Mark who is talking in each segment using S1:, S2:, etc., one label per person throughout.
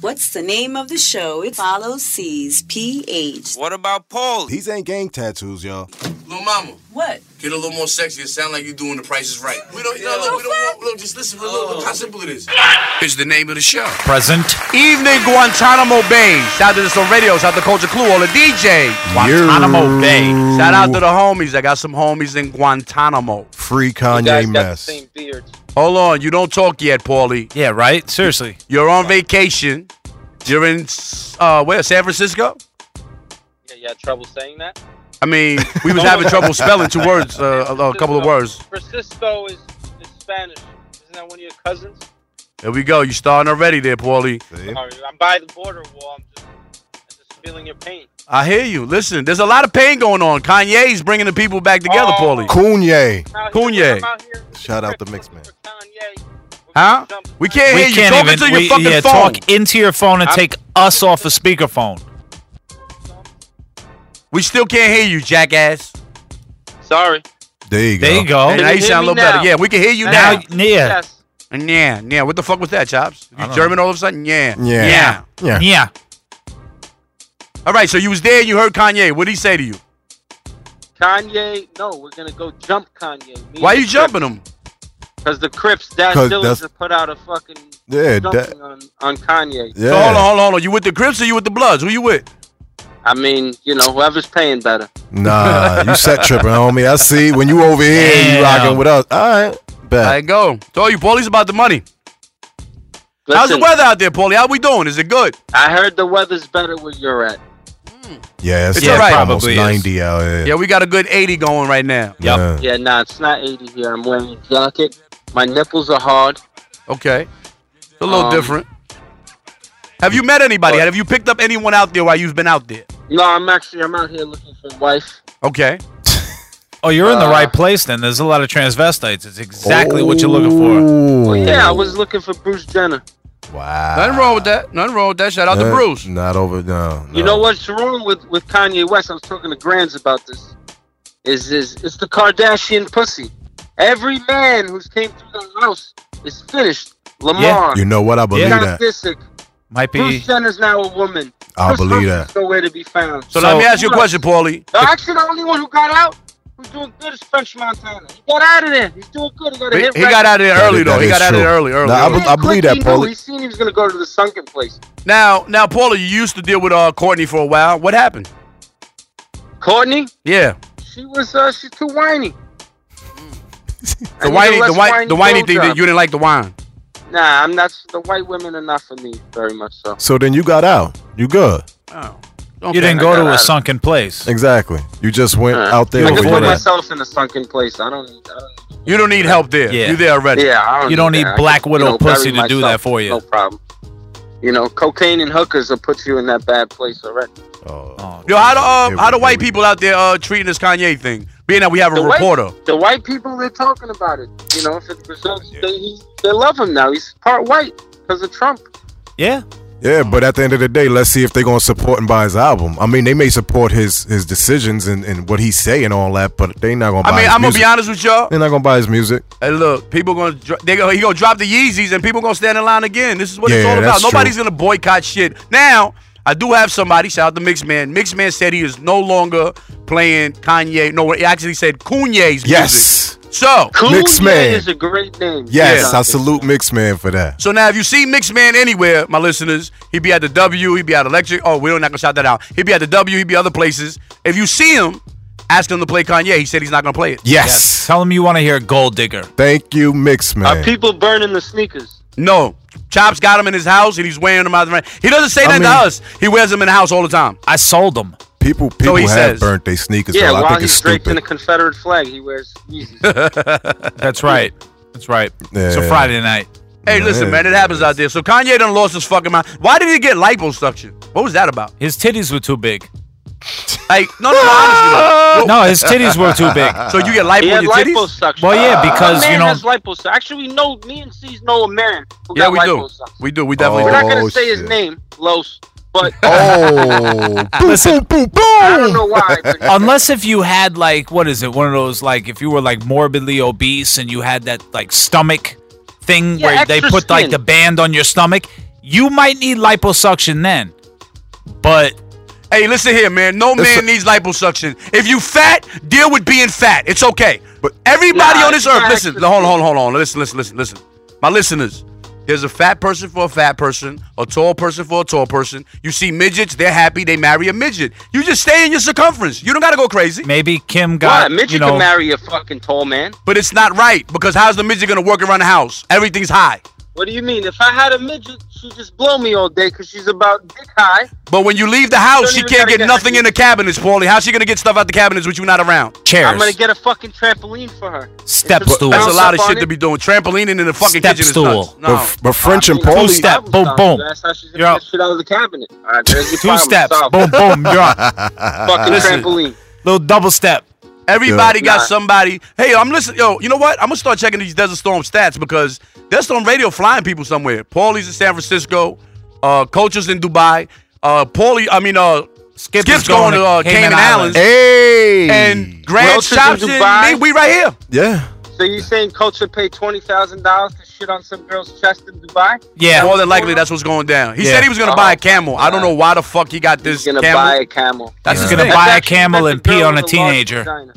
S1: What's the name of the show? It follows C's PH.
S2: What about Paul?
S3: These ain't gang tattoos, y'all.
S4: Little mama,
S1: What?
S4: get a little more sexy. It sound like you doing the prices right. We don't, no, look, we don't want, look, just listen, look, look how simple it is. It's the name of the show.
S5: Present.
S6: Evening Guantanamo Bay. Shout out to the Soul Radio. Shout out to Culture Clue, all the DJs.
S5: Guantanamo Bay.
S6: Shout out to the homies. I got some homies in Guantanamo.
S3: Free
S7: guys
S3: Kanye
S7: got the
S3: mess.
S7: same beard.
S6: Hold on. You don't talk yet, Paulie.
S5: Yeah, right? Seriously.
S6: You're on vacation. You're in, uh, where? San Francisco?
S7: Yeah, you had trouble saying that.
S6: I mean, we was having trouble spelling two words, uh, a, a couple of words.
S7: Francisco is, is Spanish. Isn't that one of your cousins?
S6: There we go. You starting already there, Paulie.
S3: See?
S7: Sorry, I'm by the border wall. I'm just, I'm just feeling your pain.
S6: I hear you. Listen, there's a lot of pain going on. Kanye's bringing the people back together,
S7: Oh.
S6: Paulie.
S3: Kanye.
S7: Out
S6: Kunye.
S7: here- I'm out here-
S3: Shout out to Mix Man.
S7: Kanye.
S6: Huh? We can't
S5: we
S6: hear you.
S5: can't
S6: Talk
S5: even
S6: into your
S5: we,
S6: fucking
S5: yeah,
S6: phone.
S5: talk into your phone and take us off a speakerphone.
S6: We still can't hear you, jackass.
S7: Sorry.
S3: There you go.
S5: There you go.
S7: Hey, you
S6: now you
S7: hear
S6: sound a
S7: me
S6: little better.
S7: now?
S6: Yeah, we can hear you
S5: Oh, Now,
S6: now.
S5: yeah,
S7: Yes.
S6: Yeah, yeah. What the fuck was that, Chops?
S5: I
S6: You
S5: don't
S6: German all of a sudden? Yeah.
S3: Yeah.
S6: Yeah.
S3: Yeah.
S5: yeah.
S6: All right, so you was there, you heard Kanye. What did he say to you?
S7: Kanye. No, we're gonna go jump Kanye. Me
S6: Why
S7: and
S6: you
S7: the
S6: jumping him?
S7: Because the Crips, Dash
S3: 'Cause
S7: Dillinger
S3: that's-
S7: put out a fucking
S3: Yeah,
S7: jumping
S3: that-
S7: on, on Kanye.
S3: Yeah.
S6: So hold on, hold on, hold on. You with the Crips or you with the Bloods? Who you with?
S7: I mean, you know, whoever's paying better.
S3: Nah, you set tripping, homie. I see. When you over here, you
S5: Damn.
S3: rocking with us. All right. Bet.
S6: I go. Told you, Paulie's about the money. How's the
S7: Listen,
S6: weather out there, Paulie? How we doing? Is it good?
S7: I heard the weather's better where you're at.
S3: yeah, it's,
S6: It's
S3: like
S6: alright.
S3: almost
S5: Probably is.
S3: 90 out here.
S6: Yeah, we got a good 80 going right now.
S5: Yep.
S3: Yeah.
S7: Yeah, nah, it's not 80 here. I'm wearing a jacket. My nipples are hard.
S6: Okay. It's a little
S7: Um,
S6: different. Have you met anybody? Have you picked up anyone out there while you've been out there?
S7: No, I'm actually I'm out here looking for a wife.
S6: Okay.
S5: Oh, you're in the
S7: Uh,
S5: right place then. There's a lot of transvestites. It's exactly what you're looking
S3: Ooh.
S5: for.
S7: Yeah, I was looking for Bruce Jenner.
S3: Wow.
S6: Nothing wrong with that. Nothing wrong with that. Shout out to
S3: Uh,
S6: Bruce.
S3: Not over. No.
S7: You
S3: no.
S7: know what's wrong with with Kanye West? I was talking to Grands about this. Is is it's the Kardashian pussy? Every man who's came through the house is finished. Lamar,
S3: You know what? I believe
S5: Yeah.
S3: that.
S7: Disick,
S5: Might be.
S7: Bruce Jenner's now a woman.
S3: I
S7: Chris
S3: believe
S7: Humphries
S3: that.
S7: Nowhere to be found.
S6: So, let
S5: So-
S6: me ask you a question, Paulie.
S7: Uh, actually, the only one who got out, who's doing good, is French Montana. He got out of there. He's doing good. He got a
S6: He,
S7: hit.
S6: he got out of there
S3: That
S6: early
S3: is-
S6: though.
S3: that
S6: He
S3: is
S6: got out of there
S3: true.
S6: early. Early.
S3: Nah, I
S6: early.
S3: be- I believe that, Paulie.
S7: He seen he was gonna go to the sunken place.
S6: now, now, Paulie, you used to deal with uh, Courtney for a while. What happened?
S7: Courtney,
S6: Yeah,
S7: she was uh, she's too whiny. I need
S6: the
S7: a
S6: whiny, the
S7: less
S6: white, the whiny thing
S7: blowjob.
S6: that you didn't like the wine.
S7: Nah, I'm not. The white women are not for me very much. So
S3: So then you got out. You good.
S6: Oh,
S5: You didn't
S7: I
S5: go
S7: got
S5: to
S7: out
S5: a
S7: of-
S5: sunken place.
S3: Exactly. You just went
S7: Uh,
S3: out there.
S7: I can
S3: where
S5: before
S3: you
S7: put
S3: at.
S7: myself in a sunken place. I don't. I don't
S6: You don't need help there.
S5: Yeah.
S6: You there already?
S7: yeah, I don't.
S5: You don't need
S7: that. I
S5: Black
S7: can,
S5: Widow
S7: you know,
S5: pussy
S7: bury
S5: to do
S7: myself,
S5: that for you.
S7: No problem. You know, cocaine and hookers will put you in that bad place already.
S3: Oh.
S5: Oh,
S6: Yo, how do
S3: Here
S6: uh,
S3: we-
S6: how do
S3: here
S6: white
S3: we-
S6: people out there uh, treating this Kanye thing? Being that we have a
S7: The white-
S6: reporter.
S7: The white people, they're talking about it. You know, if it's Brazil, they, he, they love him now. He's part white because of Trump.
S5: Yeah.
S3: Yeah, but at the end of the day, let's see if they're gonna support and buy his album. I mean, they may support his his decisions and, and what he's saying and all that, but they not gonna. Buy
S6: I mean,
S3: his
S6: I'm gonna
S3: music.
S6: be honest with y'all.
S3: They're not gonna buy his music.
S6: Hey, look, people gonna dr- they go, he gonna drop the Yeezys and people gonna stand in line again. This is what it's
S3: Yeah,
S6: all about.
S3: that's true.
S6: Nobody's gonna boycott shit. Now I do have somebody. Shout out to Mixed Man. Mixed Man said he is no longer playing Kanye. No, he actually said Kanye's music.
S3: Yes,
S6: So
S3: Mixed
S7: Kanye
S3: man.
S7: is a great name.
S3: yes,
S7: Yeah.
S3: I salute Mixed Man for that.
S6: so now if you see Mixed Man anywhere, my listeners, he be at the W, he be at Electric. Oh, we're not gonna shout that out. He be at the W, he be other places. If you see him, ask him to play Kanye. He said he's not gonna play it.
S3: Yes,
S5: Tell them you want to hear Gold Digger.
S3: thank you, Mixed
S6: Uh,
S7: Are
S3: Man.
S7: people burning the sneakers?
S6: No. Chops got him in his house and he's wearing them out the He doesn't say that
S3: I mean-
S6: to us. He wears them in the house all the time.
S5: I sold them.
S3: people
S6: So
S3: people
S6: he
S3: have
S6: says.
S3: burnt their sneakers.
S7: yeah,
S3: though. I
S7: while
S3: think
S7: he's
S3: it's
S7: draped in
S3: stupid.
S7: a Confederate flag, he wears Yeezys.
S5: That's right. That's right. It's a
S3: Yeah.
S5: Friday night.
S6: Hey,
S3: Yeah,
S6: listen,
S3: it
S6: man, it
S3: is.
S6: happens out there. So Kanye done lost his fucking mind. Why did he get liposuction? What was that about?
S5: His titties were too big.
S6: Like, no, no, no, honestly.
S5: No, his titties were too big.
S6: though. So you get lipo
S7: he
S6: in
S7: had
S6: your titties?
S7: liposuction.
S5: Well, yeah,
S7: A
S5: because
S7: man
S5: you know,
S7: has liposuction. Actually, we know me and C's know a man who
S6: Yeah,
S7: got
S6: we do.
S7: liposuction.
S6: We do. We definitely
S7: We're
S6: do.
S7: not gonna
S3: Oh,
S7: say his
S3: shit.
S7: name, Los, but
S3: Oh,
S5: listen,
S7: I don't know why. But
S5: unless if you had like what is it? One of those like if you were like morbidly obese and you had that like stomach thing
S7: Yeah,
S5: where they
S7: extra
S5: put like
S7: skin.
S5: the band on your stomach. You might need liposuction then, but
S6: Hey, listen here, man. No man
S3: a-
S6: needs liposuction. If you fat, deal with being fat. It's okay. But everybody
S7: Nah,
S6: on
S7: it's
S6: this earth,
S7: not
S6: listen.
S7: actually-
S6: Hold on, hold on, hold on. Listen, listen, listen, listen. My listeners, there's a fat person for a fat person, a tall person for a tall person. You see midgets, they're happy. They marry a midget. You just stay in your circumference. You don't gotta go crazy.
S5: maybe Kim
S7: Why?
S5: got
S7: Midget
S5: you know
S7: can marry a fucking tall man.
S6: But it's not right because how's the midget gonna work around the house? Everything's high.
S7: What do you mean? If I had a midget, she'd just blow me all day because she's about dick high.
S6: But when you leave the house,
S7: Don't
S6: she
S7: even
S6: can't
S7: gotta
S6: get,
S7: get
S6: nothing
S7: her-
S6: in the cabinets, Paulie. How's she gonna get stuff out the cabinets with you not around?
S5: chairs.
S7: I'm gonna get a fucking trampoline for her.
S5: Step
S7: And just
S5: stool.
S6: That's a
S7: bounce
S6: lot of
S7: up on
S6: shit
S7: it.
S6: to be doing. Trampolining in the fucking
S5: Step
S6: kitchen
S5: stool.
S6: is nuts. No.
S3: But, but French and
S7: I mean,
S3: Paulie,
S5: step,
S7: that
S5: boom,
S7: was
S5: boom.
S7: solved. That's how she's gonna
S5: You're
S7: get
S5: up.
S7: shit out of the cabinet. All right, there's your
S5: Two
S7: problem
S5: steps.
S7: solved.
S5: Boom, boom. You're up.
S7: Fucking
S6: Listen.
S7: trampoline.
S5: Little double step.
S6: Everybody got
S7: Nah.
S6: somebody. Hey, I'm listening. Yo, you know what? I'm gonna start checking these Desert Storm stats because Desert Storm Radio flying people somewhere. Paulie's in San Francisco. Uh, Coaches in Dubai. Uh, Paulie, I mean, uh,
S5: Skip
S6: Skip's
S5: is going, to
S6: uh, Cayman, Islands.
S3: hey,
S6: And Grand
S7: Welch is in
S6: Shops in
S7: Dubai.
S6: me- we right here.
S3: yeah,
S7: So you saying culture paid twenty thousand dollars to shit on some girl's chest in Dubai?
S5: Yeah.
S6: More than likely, that's what's going down. He
S5: Yeah.
S6: said he was gonna
S7: Oh,
S6: buy a camel. I don't know why the fuck he got this
S7: He's gonna
S6: camel.
S7: buy a camel.
S6: That's his
S5: He's gonna
S6: thing.
S5: buy a
S7: That's actually-
S5: camel
S7: that's
S5: and pee
S7: girl
S5: on
S7: with
S5: a
S7: large
S5: teenager.
S7: vagina.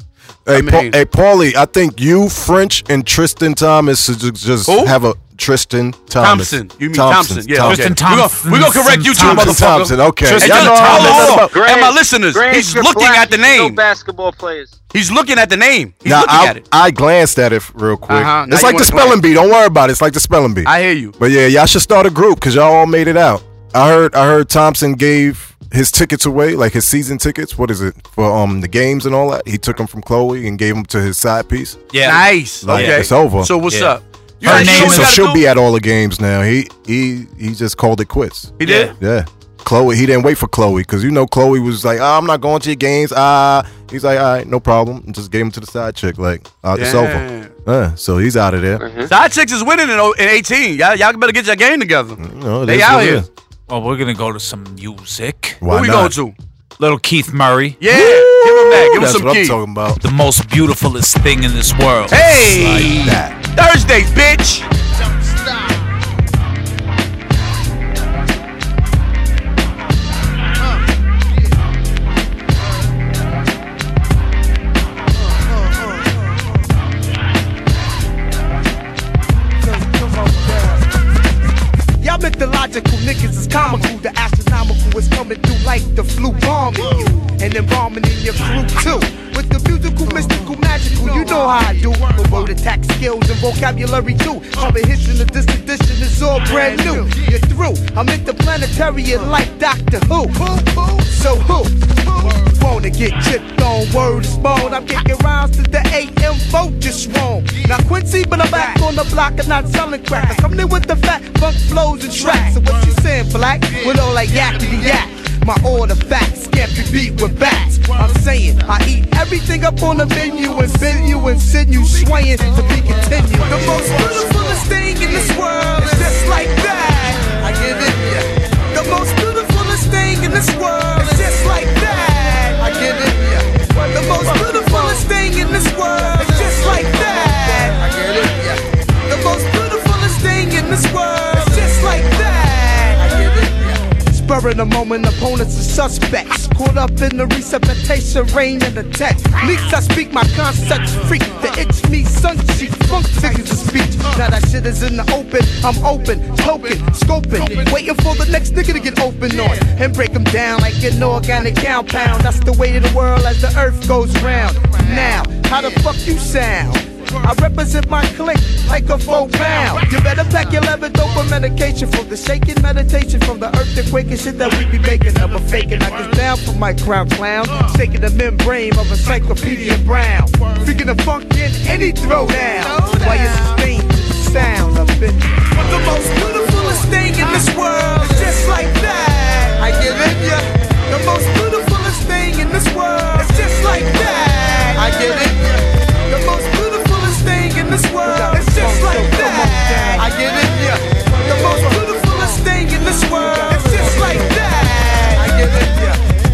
S3: hey,
S6: mean-
S3: Paul, hey, Paulie, I think you, French, and Tristan Thomas should ju- just
S6: Who?
S3: have a Tristan Thomas.
S6: Thompson. You mean Thompson. Yeah,
S5: Thompson.
S6: okay. We're gonna- We're gonna correct you too,
S5: Thompson.
S6: motherfucker.
S3: Tristan Thompson. Okay,
S5: Tristan
S3: Y'all
S6: And,
S3: know
S5: Thompson.
S3: all this
S6: hold on.
S3: about-
S6: and my listeners,
S7: Grant,
S6: he's
S7: you're
S6: looking
S7: black,
S6: at the
S7: you know
S6: name.
S7: basketball players.
S6: He's looking at the name. He's
S3: Now
S6: looking at
S3: I,
S6: it.
S3: I glanced at it real quick.
S6: Uh-huh. Now
S3: It's
S6: you
S3: like
S6: wanna
S3: the spelling
S6: glance.
S3: bee. Don't worry about it. It's like the spelling bee.
S6: I hear you.
S3: But yeah, y'all should start a group because y'all all made it out. I heard I heard Thompson gave his tickets away, like his season tickets. What is it for? Um, the games and all that. He took them from Chloe and gave them to his side piece.
S5: Yeah.
S6: Nice.
S3: Like,
S6: okay.
S3: it's over.
S6: So what's
S5: Yeah.
S6: up? You
S5: Her
S6: already
S5: name
S6: know
S3: so,
S5: is-
S6: what you
S3: she'll
S6: gotta do?
S3: be at all the games now. He he he just called it quits.
S6: He did.
S3: Yeah. Chloe, he didn't wait for Chloe because you know Chloe was like, "Ah, I'm not going to your games. Ah, he's like, all right, no problem. And just gave him to the side chick. Like, uh, it's
S6: Damn.
S3: over. Yeah, so he's out of there.
S6: Side chicks is winning in, o- in 18. Y'all, y'all better get your game together.
S3: You know, it
S6: They
S3: is
S6: out
S3: what it
S6: here.
S3: is.
S5: Well, we're gonna go to some music.
S3: Why
S6: Who we
S3: not?
S6: going to?
S5: Little Keith Murray,
S6: Yeah, give him that. Give him
S3: That's
S6: some
S3: what I'm
S6: key.
S3: talking about.
S5: the most beautifulest thing in this world.
S6: Hey,
S3: That.
S6: Thursday, bitch.
S2: Y'all mythological niggas is comical. The astronomical is coming through like the flu bombing you and embalming in your crew too. With the musical, mystical, magical, you know how I do. The word attack skills and vocabulary too. All the hits in the this edition is all brand new. You're through. I'm interplanetary and like Doctor Who. So who? Wanna get tripped on? Word is bone. I'm kicking rounds to the AM vote just wrong. Now Quincy, but I'm back on the block and not selling crack. I come in with the fat funk flows and tracks. So what you saying, black? With all that yakety yak. My order facts can't be beat with bats. I'm saying I eat everything up on the menu and bend you and send you swaying to be continued. The most beautifulest thing in this world is just like that. I give it ya. The most beautifulest thing in this world is just like that. I give it ya. The most beautifulest thing in this world is just like that. I give it ya. The most beautifulest thing in this world is just like that. I give it ya. Spurring the moment, opponents and suspects. Caught up in the resuscitation, rain and the text. Leaks, I speak my concepts, freak. The itch me, sun cheek, funk figures of speech. Now that shit is in the open, I'm open, poking, scoping, waiting for the next nigga to get open on and break them down like an organic compound. That's the way of the world as the earth goes round. Now, how the fuck you sound? I represent my clique like a four pound. You better pack your leather dope for medication from the shaking meditation from the earth to quaking shit that we be making. I'm a faking. I get down for my crown clown, shaking the membrane of encyclopedia brown. Freaking the funk in any throwdown. Why you sustain sound up in the most beautifulest thing in this world is just like that. I give it ya. The most beautifulest thing in this world is just like that. I give it ya. The most beautifulest thing in this world is just like that. I give it ya. The most beautifulest thing in this world is just like that. I give it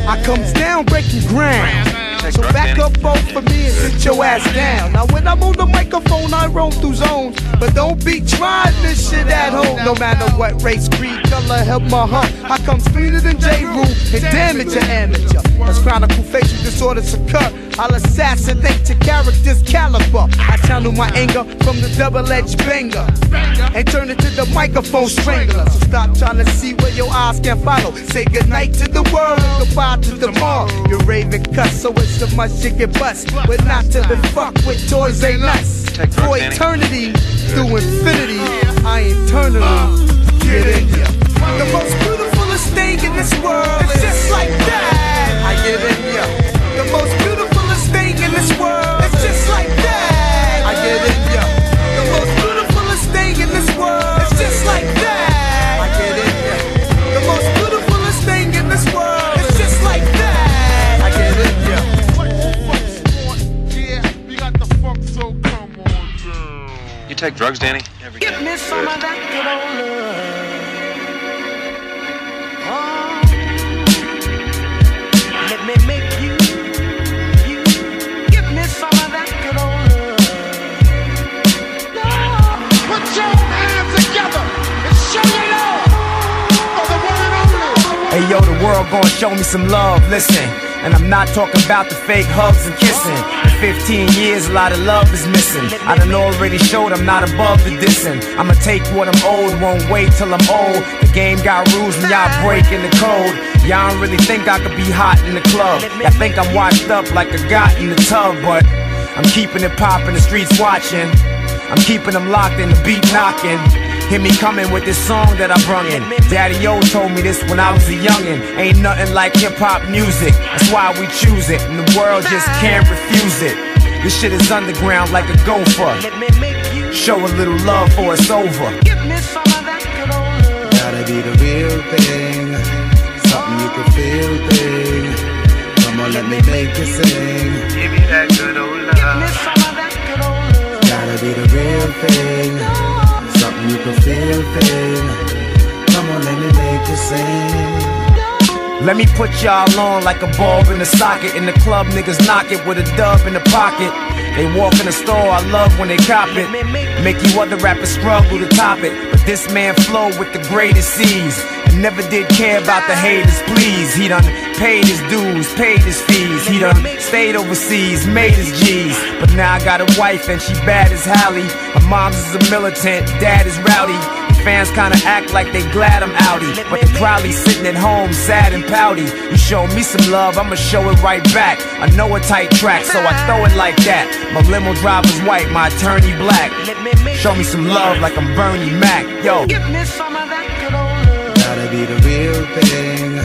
S2: ya. I comes down breaking ground. So back up off for me and sit your ass down. Now when I'm on the microphone, I roam through zones, but don't be trying this shit at home. No matter what race, creed, color, help my hunt. I come cleaner than J. Rule and damage an amateur. As chronicle facial disorders occur, I'll assassinate your character's caliber. I channel my anger from the double-edged banger and turn it to the microphone strangler. So stop trying to see where your eyes can follow. Say goodnight to the world and goodbye to tomorrow. You're raving cuss, so it's so much you can bust, but not to be fucked with toys ain't nuts. For eternity, through infinity, I eternally get in ya. The most beautifulest thing in this world is just like that. I get in ya. The most beautifulest thing in this world is just like that. I get in ya. The most beautifulest thing in this world is just like that. I get in ya. The most beautifulest thing in this world is just like that. I get in ya.
S7: You take drugs, Danny? Every
S2: Give me some of that good old love. Oh, let me make you, you. Give me some of that good old love. Love.
S8: Put your hands together and show your love for the one and only.
S9: Hey yo, the world gonna show me some love, listen. And I'm not talking about the fake hugs and kissing. In 15 years, a lot of love is missing. I done already showed I'm not above the dissing. I'ma take what I'm owed, won't wait till I'm old. The game got rules and y'all breaking the code. Y'all don't really think I could be hot in the club. Y'all think I'm washed up like a got in the tub, but I'm keeping it poppin', the streets watching. I'm keeping them locked and the beat knocking. Hear me coming with this song that I brung in. Daddy O told me this when I was a youngin'. Ain't nothing like hip hop music. That's why we choose it, and the world just can't refuse it. This shit is underground like a gopher. Show a little love or it's over.
S2: Give me some of that good old love.
S10: Gotta be the real thing, something you can feel thing. Come on, let me make you sing. Give me that good old
S2: Give me some of that good old love.
S10: Gotta be the real thing, something you can feel thing. Come on, let me make you sing.
S9: Let me put y'all on like a bulb in the socket. In the club, niggas knock it with a dub in the pocket. They walk in the store, I love when they cop it. Make you other rappers struggle to top it. But this man flow with the greatest seas. And never did care about the haters, please. He done paid his dues, paid his fees. He done stayed overseas, made his G's. But now I got a wife and she bad as Hallie. My mom's is a militant, dad is rowdy. Fans kinda act like they glad I'm outie. But they probably sitting at home sad and pouty. You show me some love, I'ma show it right back. I know a tight track, so I throw it like that. My limo driver's white, my attorney black. Show me some love like I'm Bernie Mac. Yo,
S2: Give me some of that good old love.
S10: Gotta be the real thing,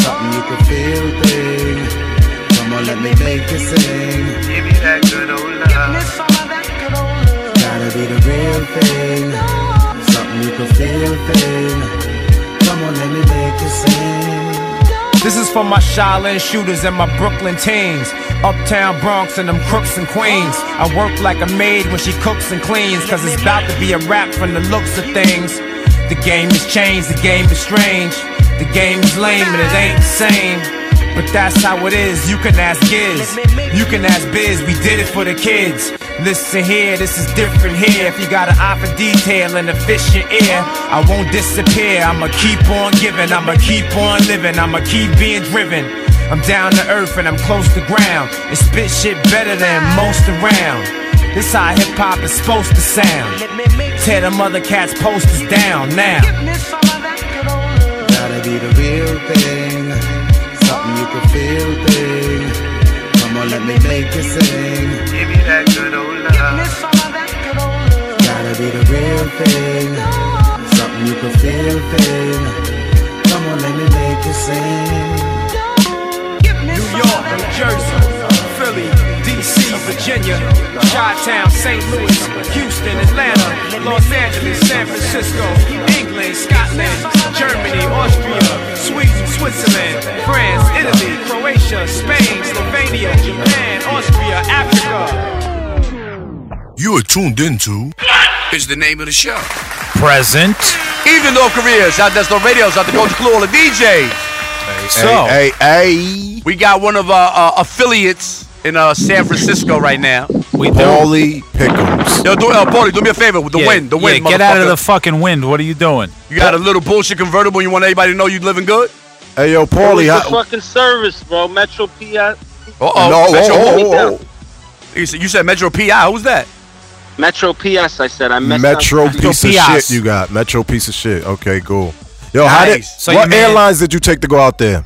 S10: something you can feel thing. Come on, let me make you sing. Give me that good old
S2: Give me some of that good old love.
S10: Gotta be the real thing, something you can feel thing. Come on, let me make you sing.
S9: this is for my Shaolin shooters and my Brooklyn teens. Uptown Bronx and them crooks and queens. I work like a maid when she cooks and cleans. Cause it's about to be a rap from the looks of things. The game has changed, the game is strange. The game is lame and it ain't the same. But that's how it is, you can ask Giz. You can ask Biz, we did it for the kids. Listen here, this is different here. If you got an eye for detail and a fish in ear, I won't disappear. I'ma keep on giving, I'ma keep on living, I'ma keep being driven. I'm down to earth and I'm close to ground. And spit shit better than most around. This how hip hop is supposed to sound. Tear them other cats' posters down now.
S2: Give me some of that good old love.
S10: Gotta be the real thing, something you can feel thing. Come on, let me make you sing. Give me that good old
S2: Give me some of that good old love.
S10: Gotta be the real thing, something you can feel thing. Come on, let me make you sing.
S2: Give me
S9: New
S2: some
S9: York,
S2: of that
S9: New Jersey, Philly, DC, Virginia, Chi-Town, St. Louis, Houston, Atlanta, Los Angeles, San Francisco, England, Scotland, Germany, Austria, Sweden, Switzerland, France, Italy, Croatia, Spain, Slovenia, Japan, Austria, Africa.
S11: You are tuned into. Is the name of the show.
S5: Present.
S6: Evening, North Korea. Shout out to the radio. Shout out to Coach Clue, all the DJs.
S5: So,
S3: Hey, hey, hey.
S6: We got one of our uh, affiliates in uh, San Francisco right now.
S3: We Paulie Pickles.
S6: Yo, do, uh, Paulie, do me a favor. The
S5: Yeah,
S6: wind, the wind.
S5: Yeah, get out of
S6: motherfucker.
S5: the fucking wind. What are you doing?
S6: You got a little bullshit convertible. You want everybody to know you living good?
S3: Hey, yo,
S6: Paulie.
S7: It's a fucking service, bro. Metro PI.
S6: Oh,
S7: No,
S6: oh, Metro.
S7: oh, oh,
S6: oh, You said you said Metro PI. Who's that?
S7: Metro PS, I said. I messed
S3: Metro
S7: up.
S3: piece of shit you got. Metro piece of shit. Okay, cool. Yo, how did
S7: Nice. So you
S3: what
S7: made-
S3: airlines did you take to go out there?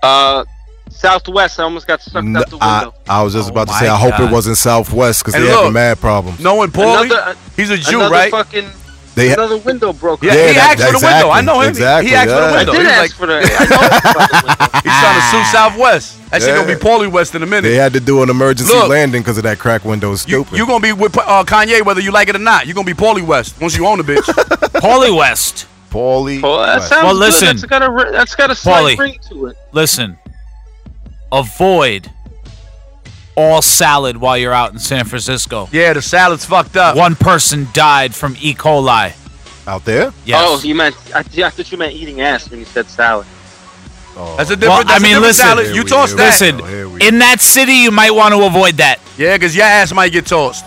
S7: Uh, Southwest. I almost got sucked out the
S3: I,
S5: Uh,
S7: window.
S3: I was just about to
S7: my
S3: say I hope it
S7: God.
S3: wasn't Southwest because
S7: And
S3: they have a
S7: look,
S3: mad problem.
S6: Knowing Paulie, he's a Jew,
S7: another
S6: right?
S7: Fucking,
S3: They ha-
S7: another window broke.
S6: Yeah,
S7: up.
S6: he asked for the window. I know him. He-
S3: exactly,
S6: he asked for the
S3: yeah.
S6: window.
S3: I did
S6: He was
S3: ask
S6: like,
S7: for the.
S6: He's trying to sue Southwest. That shit gonna
S3: Yeah.
S6: be Paulie West in a minute.
S3: They had to do an emergency
S6: Look.
S3: landing because of that crack window. It's stupid.
S6: You're gonna be with uh, Kanye whether you like it or not. You're gonna be Paulie West once you own the bitch.
S5: Paulie West.
S3: Paulie.
S7: Well, that sounds
S5: well,
S7: good.
S5: listen.
S7: That's got a ri- that's got a slight
S5: Paulie.
S7: ring to it.
S5: Listen, avoid all salad while you're out in San Francisco.
S6: Yeah, the salad's fucked up.
S5: One person died from E. coli.
S3: Out there?
S5: Yes.
S7: Oh, you meant I, yeah, I thought you meant eating ass when you said salad.
S6: That's a
S5: Well,
S6: different. that's
S5: I
S6: a
S5: mean,
S6: different
S5: listen,
S6: salad. You tossed that.
S5: Listen, in that city, you might want to avoid that.
S6: Yeah, because your ass might get tossed.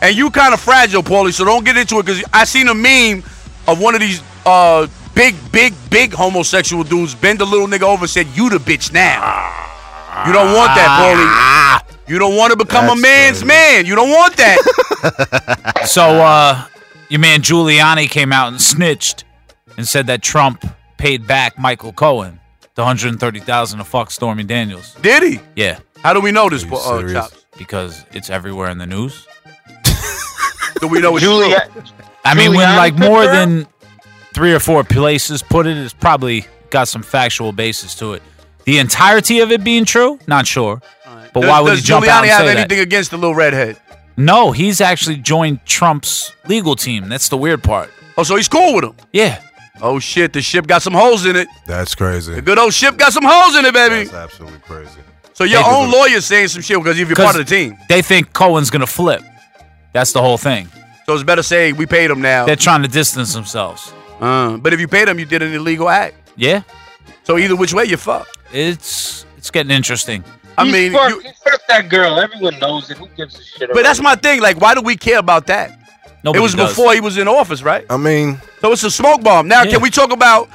S6: And you kind of fragile, Paulie, so don't get into it because I seen a meme of one of these uh, big, big, big homosexual dudes bend the little nigga over and said, You the bitch now. You don't want that, Paulie. You don't want to become a
S5: That's
S6: man's man. You don't want that.
S5: So, uh, your man Giuliani came out and snitched and said that Trump paid back Michael Cohen the 130,000 to fuck Stormy Daniels.
S6: Did he?
S5: Yeah.
S6: How do we know this, Pa- uh, Chops?
S5: Because it's everywhere in the news.
S6: Do we know it's
S7: Julia-
S6: true?
S5: I mean, when
S6: Giuliani
S5: like
S6: picked
S5: more
S6: her up?
S5: than three or four places put it, it's probably got some factual basis to it. The entirety of it being true, not sure. But
S6: Does-
S5: why would
S6: does
S5: he jump
S6: Giuliani
S5: out and
S6: have
S5: say that?
S6: anything against the little redhead?
S5: No, he's actually joined Trump's legal team. That's the weird part.
S6: Oh, so he's cool with him?
S5: Yeah.
S6: Oh, shit. The ship got some holes in it.
S3: That's crazy.
S6: The good old ship got some holes in it, baby. That's
S3: absolutely crazy.
S6: So your
S5: They do
S6: own
S5: the-
S6: lawyer's saying some shit because if you're part of the team.
S5: They think Cohen's gonna flip. That's the whole thing.
S6: So it's better say we paid him now.
S5: They're trying to distance themselves.
S6: Uh, but if you paid him, you did an illegal act.
S5: Yeah.
S6: So either which way, you fucked.
S5: It's it's getting interesting.
S6: I mean,
S7: fucked, he fucked that girl. Everyone knows it. Who gives a shit?
S6: but that's my thing. Like, why do we care about that?
S5: Nobody
S6: it was
S5: does.
S6: before he was in office, right?
S3: I mean,
S6: So it's a smoke bomb. Now,
S5: Yeah.
S6: can we talk about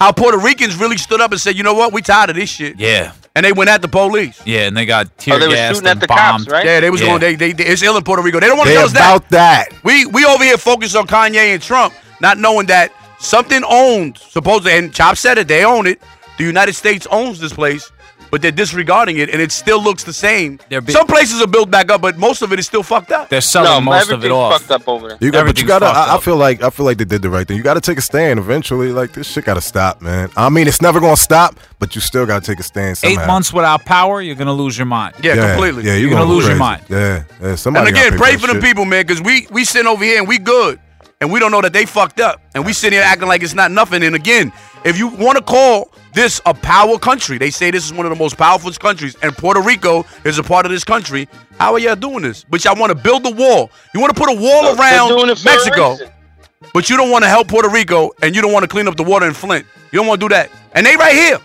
S6: how Puerto Ricans really stood up and said, you know what, we tired of this shit,
S5: Yeah.
S6: and they went at the police.
S5: Yeah, and they got tear
S6: Oh, they were
S5: gassed
S6: shooting at
S5: and
S6: the
S5: bombed.
S6: Yeah, they was going. They, they, they- it's ill in Puerto Rico. They don't want to
S3: They
S6: tell us
S3: about that.
S6: We we over here focused on Kanye and Trump, not knowing that something owned supposedly. And Chop said it. They own it. The United States owns this place, but they're disregarding it, and it still looks the same. Some places are built back up, but most of it is still fucked up.
S5: They're
S6: selling most of it off.
S7: fucked up over there.
S3: You got, but you
S6: Everything's
S3: gotta.
S6: fucked
S3: I, I
S6: up.
S3: feel like I feel like they did the right thing. You gotta take a stand eventually. Like this shit gotta stop, man. I mean, it's never gonna stop, but you still gotta take a stand.
S5: Eight
S3: Somehow.
S5: months without power, you're gonna lose your mind.
S3: Yeah,
S5: you're,
S3: you
S5: gonna, lose your
S3: crazy.
S5: mind.
S3: Yeah, yeah. Somebody.
S6: and
S3: gotta
S6: again,
S3: pick
S6: pray
S3: that
S6: for them
S3: shit.
S6: people, man, because we we sitting over here and we good, and we don't know that they fucked up, and we sitting here acting like it's not nothing. And again, if you want to call this a power country, they say this is one of the most powerful countries, and Puerto Rico is a part of this country. How are y'all doing this? But y'all want to build a wall. You want to put a wall
S7: They're doing
S6: around
S7: it for a
S6: Mexico,
S7: reason.
S6: but you don't want to help Puerto Rico, and you don't want to clean up the water in Flint. You don't want to do that, and they right here.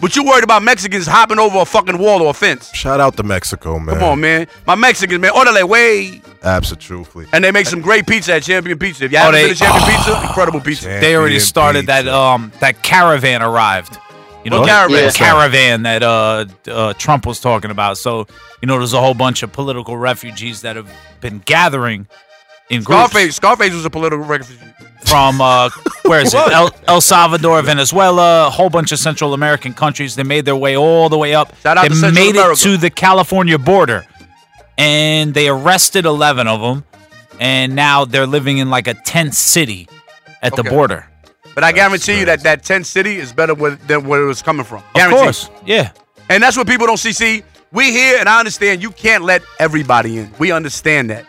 S6: But you worried about Mexicans hopping over a fucking wall or a fence.
S3: Shout out to Mexico, man.
S6: Come on, man. My Mexicans, man. Order that way.
S3: Absolutely.
S6: And they make some great pizza at Champion Pizza. If you
S5: Oh,
S6: haven't
S5: they-
S6: been to Champion Pizza, incredible pizza.
S5: They already started that um that caravan arrived. You know
S6: What caravan?
S5: that
S6: Yeah.
S5: caravan that uh, uh Trump was talking about. So you know there's a whole bunch of political refugees that have been gathering in groups
S6: Scarface. Scarface was a political refugee.
S5: from uh where is it
S6: What?
S5: El, El Salvador, Venezuela, a whole bunch of Central American countries. They made their way all the way up.
S6: Shout out
S5: they
S6: to Central
S5: made
S6: America.
S5: it to the California border, and they arrested eleven of them, and now they're living in like a tent city at
S6: Okay.
S5: the border.
S6: But I guarantee you that that 10th city is better where, than where it was coming from. Guarantee.
S5: Of course, yeah.
S6: And that's what people don't see. See, we here, and I understand you can't let everybody in. We understand that.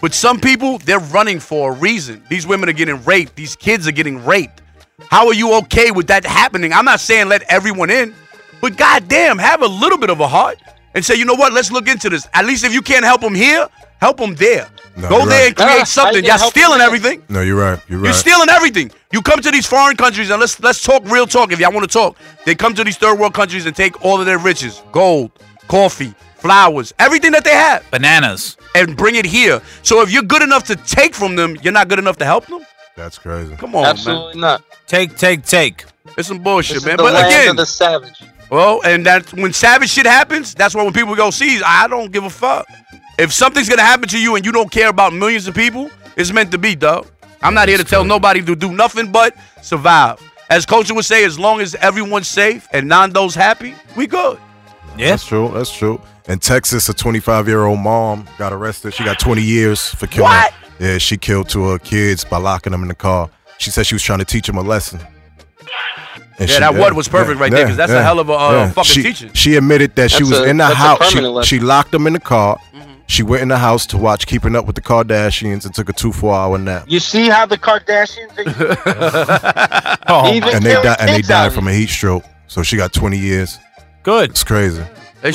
S6: But some people, they're running for a reason. These women are getting raped. These kids are getting raped. How are you okay with that happening? I'm not saying let everyone in, but goddamn, have a little bit of a heart and say, you know what? Let's look into this. At least if you can't help them here, help them there. Go
S3: you're
S6: there
S3: right.
S6: and create
S3: Ah, I
S6: something.
S3: can
S6: Y'all
S3: help
S6: stealing everything.
S3: No, you're right. You're right.
S6: You're stealing everything. You come to these foreign countries and let's let's talk real talk. If y'all want to talk, they come to these third world countries and take all of their riches, gold, coffee, flowers, everything that they have.
S5: Bananas.
S6: And bring it here. So if you're good enough to take from them, you're not good enough to help them?
S3: That's crazy.
S6: Come on,
S7: Absolutely man. not.
S5: Take, take, take.
S6: It's some bullshit,
S7: This is
S6: man.
S7: the
S6: But
S7: land
S6: again,
S7: of the savage.
S6: Well, and that's when savage shit happens, that's why when people go seas, I don't give a fuck. If something's gonna happen to you and you don't care about millions of people, it's meant to be, dog. I'm not here to tell nobody to do nothing but survive. As culture would say, as long as everyone's safe and Nando's happy, we good.
S5: Yeah.
S3: That's true. That's true. In Texas, a 25 year old mom got arrested. She got 20 years for killing.
S6: What?
S3: Yeah, she killed two of her kids by locking them in the car. She said she was trying to teach them a lesson.
S6: Yeah, that what was perfect right there, 'cause that's a hell of a, uh, fucking
S3: she,
S6: teaching.
S3: She admitted that she
S6: That's
S3: was
S6: a-
S3: in the
S6: that's a
S3: house.
S6: permanent
S3: She,
S6: lesson.
S3: she locked them in the car.
S6: Mm-hmm.
S3: She went in the house to watch Keeping Up with the Kardashians and took a two four hour nap.
S7: You see how the Kardashians are
S6: Oh,
S7: Even
S3: and they
S7: killing
S3: died. And they
S7: kids
S3: died
S7: out
S3: from a heat stroke. So she got 20 years.
S5: Good.
S3: It's crazy.
S6: They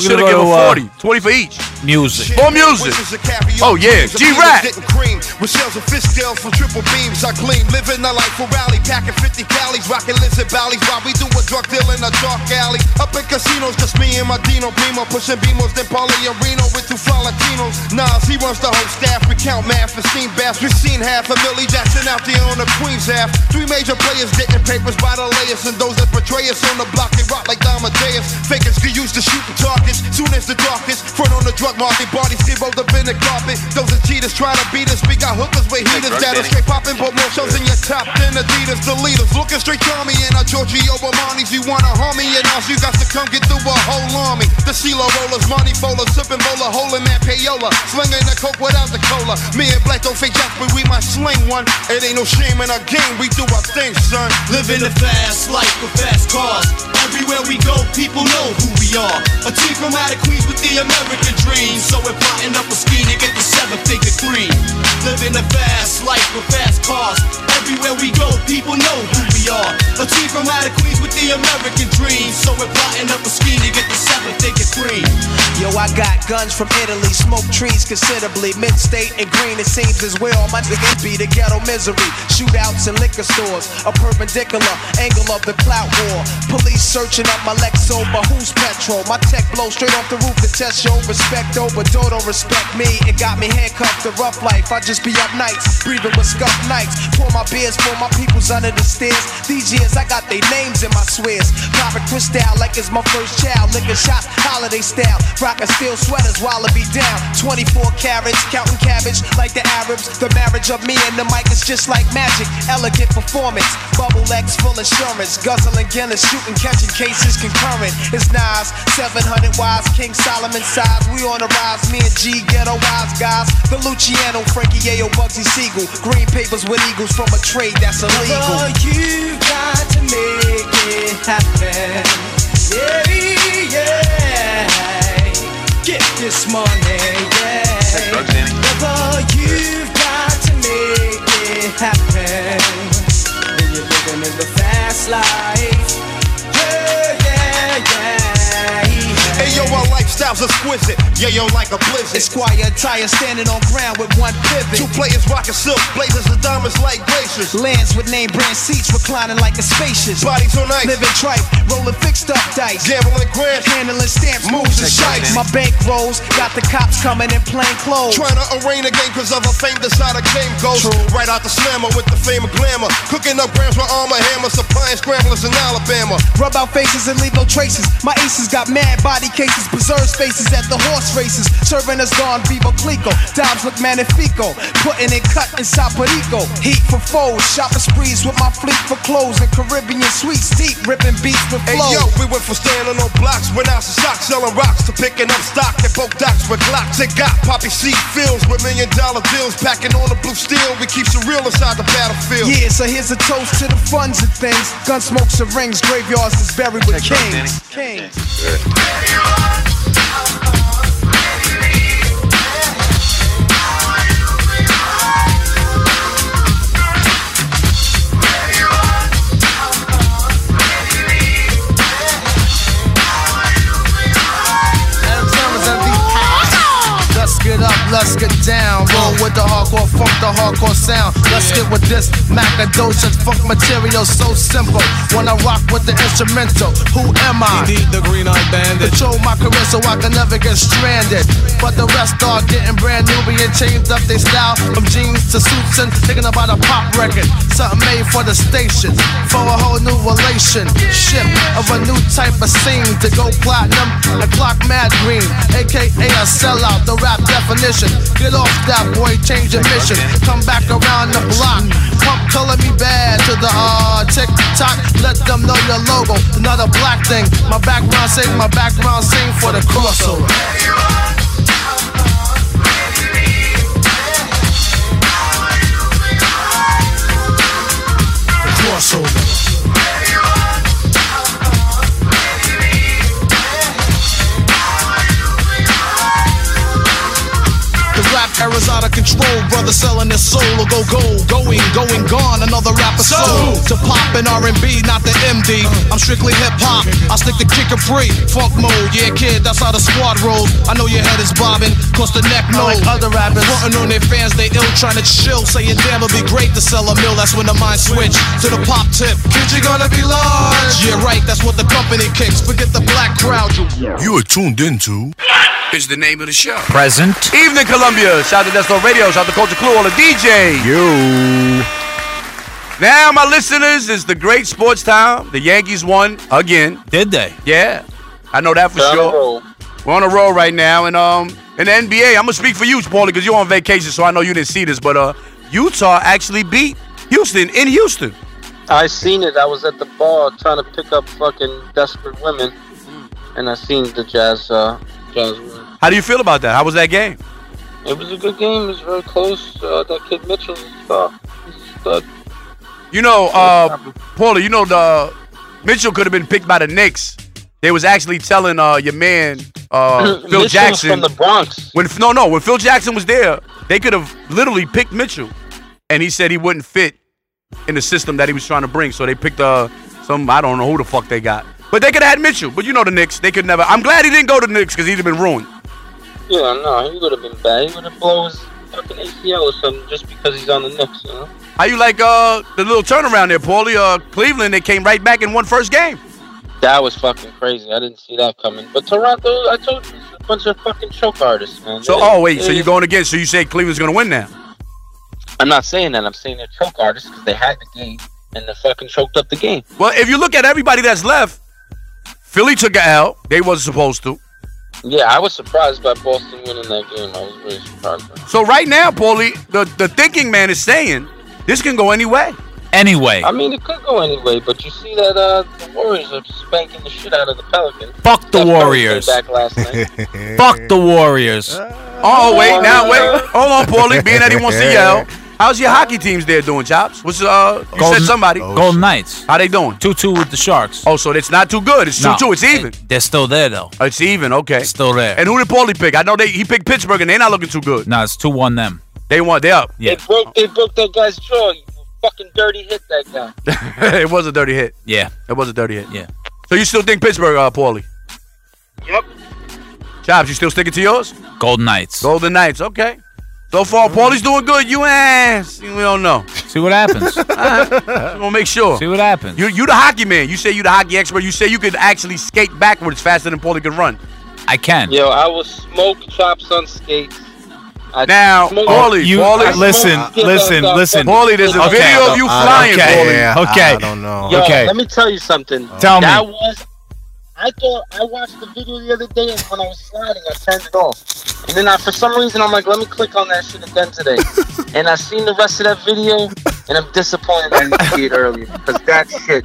S5: We
S6: should have
S5: gonna
S6: given
S5: go, uh,
S6: 40, 20 for each.
S5: Music.
S6: More music. Oh, yeah. G Rap.
S12: cream with shells and fish scales from triple beams. I gleam, living a life for rally, packing 50 galleys, rocking lids and valleys while we do a drug deal in a dark alley. Up in casinos, just me and my Dino Primo, pushing Beamos, then Paulie and Reno with two Valentinos. Nas, he runs the whole staff. We count math and steam baths. We've seen half a Millie Jackson out there on the Queens half. Three major players getting papers by the layers, and those that betray us on the block they rock like Damadeus. Fakers get used to shoot the targets. Soon as the darkness, front on the drug market, bodies get rolled up in the carpet. Those are cheaters trying to beat us. We got hookers with
S13: Like
S12: heaters
S13: drug
S12: that'll
S13: daddy.
S12: straight popping, but more shows in your top than Adidas. The leaders looking straight on me and our Giorgio Armani's. You wanna harm me and us? You got to come get through a whole army. The Sheila rollers, Monty bowlers, sipping bowler, holding that payola, slinging the coke without the cola. Me and Black don't fake jack, but we might sling one. It ain't no shame in our game. We do our thing, son.
S9: Living the fast life with fast cars. Everywhere we go, people know who we are. A team from out of Queens with the American dream. So we're plotting up a scheme to get the seven figure cream. Living the fast life with fast cars. Everywhere we go, people know who we are. A team from out of Queens with the American dream. So we're plotting up a scheme to get the seven figure cream.
S14: Yo, I got guns from Italy, smoke trees considerably. Mid state and green, it seems as well. My nigga be the ghetto misery. Shootouts in liquor stores, a perpendicular angle of the clout war. Police searching up my Lexo, but who's petrol? My tech blow straight off the roof to test your respect, though, but don't don't respect me. It got me handcuffed to rough life. I just be up nights, breathing with scuff nights. Pour my beers for my peoples under the stairs. These years, I got their names in my swears. Private Cristal, like it's my first child. Licking shots, holiday style. Rockin' steel sweaters while I be down. 24 carats, counting cabbage like the Arabs. The marriage of me and the mic is just like magic. Elegant performance, bubble X full insurance. Guzzling Guinness, shooting, catching cases concurrent. It's Nas, 700 wise, King Solomon size. We on the rise, me and G ghetto wise guys. The Luciano, Frankie Yeo, Bugsy Siegel. Green papers with eagles from a trade that's illegal.
S9: Brother, you got to make it happen. Yeah, yeah. Get this money, yeah. Brother, you've got to make it happen. When you're living in the fast life. Yeah, yeah, yeah.
S12: Hey yo, our lifestyle's exquisite. Yeah, yo, like a blizzard.
S14: Esquire attire standing on ground with one pivot.
S12: Two players rocking silk, blazers and diamonds like glaciers.
S14: Lands with name brand seats reclining like a spacious.
S12: Bodies on ice.
S14: Living tripe, rolling fixed up dice.
S12: Gambling grants.
S14: Handling stamps, moves and
S12: Check that
S14: shites.
S12: in.
S14: My bank rolls, got the cops coming in plain clothes.
S12: Trying to arraign a game cause of a fame that's how the game goes. Right out the slammer with the fame of glamour. Cooking up grams with armor hammer, supplying scramblers in Alabama.
S14: Rub out faces and leave no traces. My aces got mad body cases, preserves faces at the horse races. Serving us gone Viva Clico. Dimes look magnifico. Putting it cut in Saporico. Heat for foes. Shopping sprees with my fleet for clothes and Caribbean sweets. Deep ripping beats with
S12: Hey
S14: flow.
S12: yo, we went from standing on blocks, went out to socks, selling rocks to picking up stock at both docks with Glocks. It got poppy seed fields with million dollar deals, packing on the blue steel. We keep some real inside the battlefield.
S14: Yeah, so here's a toast to the funds and things. Gun smokes and rings, graveyards is buried with kings. Kings.
S9: Let's get up, let's get down. Roll
S10: with the hardcore funk, the hardcore sound. Let's get with this Macadocious funk material, so simple. When I rock with the instrumental, who am I?
S15: Indeed, the green eyed bandit.
S10: Control my career so I can never get stranded. But the rest are getting brand new, being changed up their style from jeans to suits and thinking about a pop record. Something made for the stations, for a whole new relationship of a new type of scene to go platinum and clock mad green, aka a sellout, the rap definition. Get off that boy, change your mission. Come back around the block, pump color me bad to the uh, tick tock. Let them know your logo, another black thing. My background sing, my background sing for the crossover. Crossover.
S15: The rap era's out of control, brother selling his soul will go gold. Going, going, gone, another rapper sold to pop and R&B, not the MD. I'm strictly hip hop. I stick to kick a free funk mode. Yeah, kid, that's how the squad rolls. I know your head is bobbing, cause the neck no. Like other rappers, fronting on their fans, they ill trying to chill, saying damn it'll be great to sell a mill. That's when the mind switch to the pop tip. Kid, you gonna be large. Yeah, right. That's what the company kicks. Forget the black crowd. You.
S6: You are tuned into.
S4: Is the name of the show.
S5: Present.
S6: Evening, Columbia. Shout out to Desktop Radio. Shout out to Culture Clue, all the DJ.
S3: You.
S6: Now, my listeners, it's the great sports time. The Yankees won again.
S5: Did they?
S6: Yeah. I know that for
S7: They're on a
S6: sure. We're on a roll right now. And um in the NBA, I'm gonna speak for you, Paulie, because you're on vacation, so I know you didn't see this, but uh Utah actually beat Houston in Houston.
S7: I seen it. I was at the bar trying to pick up fucking desperate women, and I seen the Jazz. Uh, jazz win.
S6: How do you feel about that? How was that game?
S7: It was a good game. It was very close. Uh, that kid Mitchell. Uh,
S6: You know, uh, Paulie, you know the Mitchell could have been picked by the Knicks. They was actually telling uh, your man uh, Phil
S7: Mitchell's
S6: Jackson
S7: from the Bronx.
S6: When no, no, when Phil Jackson was there, they could have literally picked Mitchell, and he said he wouldn't fit in the system that he was trying to bring. So they picked uh, some I don't know who the fuck they got, but they could have had Mitchell. But you know the Knicks, they could never. I'm glad he didn't go to the Knicks because he'd have been ruined.
S7: yeah, no, he would have been bad. He would have blown his fucking ACL or something just because he's on the Knicks. You know?
S6: How you like uh the little turnaround there, Paulie? Uh, Cleveland, they came right back and won first game.
S7: That was fucking crazy. I didn't see that coming. But Toronto, I told you, it's a bunch of fucking choke artists, man.
S6: So
S7: They-
S6: oh wait, so
S7: they-
S6: you're going again? So you say Cleveland's gonna win now?
S7: I'm not saying that. I'm saying they're choke artists because they had the game and they fucking choked up the game.
S6: Well, if you look at everybody that's left, Philly took a L. They wasn't supposed to.
S7: Yeah, I was surprised by Boston winning that game. I was really surprised. By
S6: So right now, Paulie, the, the thinking man is saying this can go any way.
S5: Anyway.
S7: I mean, it could go anyway, but you see that uh, the Warriors are spanking the shit out of the Pelicans.
S5: Fuck
S7: Steph Curry
S5: the
S7: came
S5: Warriors.
S7: Back last night.
S5: Fuck the Warriors.
S6: Oh wait, now wait, hold on, Paulie. Being that he wants to yell, how's your hockey teams there doing, Chops? What's uh? You
S5: Golden-
S6: said somebody.
S5: Golden Knights.
S6: How they doing?
S5: Two two with the Sharks.
S6: Oh, so it's not too good. It's two
S5: No.
S6: two. It's even.
S5: They're still there though.
S6: It's even. Okay.
S5: Still there.
S6: And who did Paulie pick? I know they he picked Pittsburgh, and they're not looking too good.
S5: No, it's two one them.
S6: They want they up.
S5: Yeah.
S7: They broke, they broke that guy's jaw. You fucking dirty hit that guy.
S6: it was a dirty hit.
S5: Yeah.
S6: It was a dirty hit.
S5: Yeah.
S6: So you still think Pittsburgh, uh, Paulie?
S7: Yep.
S6: Chops, you still sticking to yours?
S5: Golden Knights.
S6: Golden Knights. Okay. So far,
S5: Mm-hmm.
S6: Paulie's doing good. You ass. We don't know.
S5: See what happens.
S6: Just gonna make sure.
S5: See what happens.
S6: You you the hockey man. You say you the hockey expert. You say you could actually skate backwards faster than Paulie could run.
S5: I can.
S7: Yo, I will smoke chops on skates. I
S6: Now,
S7: smoke-
S6: Paulie,
S7: I
S6: Paulie,
S5: uh,
S7: smoke skate on top of-
S6: Paulie, there's a
S5: Okay.
S6: video of you
S3: I-
S6: flying,
S5: okay.
S6: Paulie.
S3: Yeah,
S5: Okay.
S3: I don't know.
S7: Yo,
S5: Okay. Oh.
S7: let me tell you something.
S5: Tell me.
S7: That was. I thought I watched the video the other day, and when I was sliding, I turned it off. And then I, for some reason, I'm like, let me click on that shit again today. and I seen the rest of that video, and I'm disappointed I didn't see it earlier because that shit.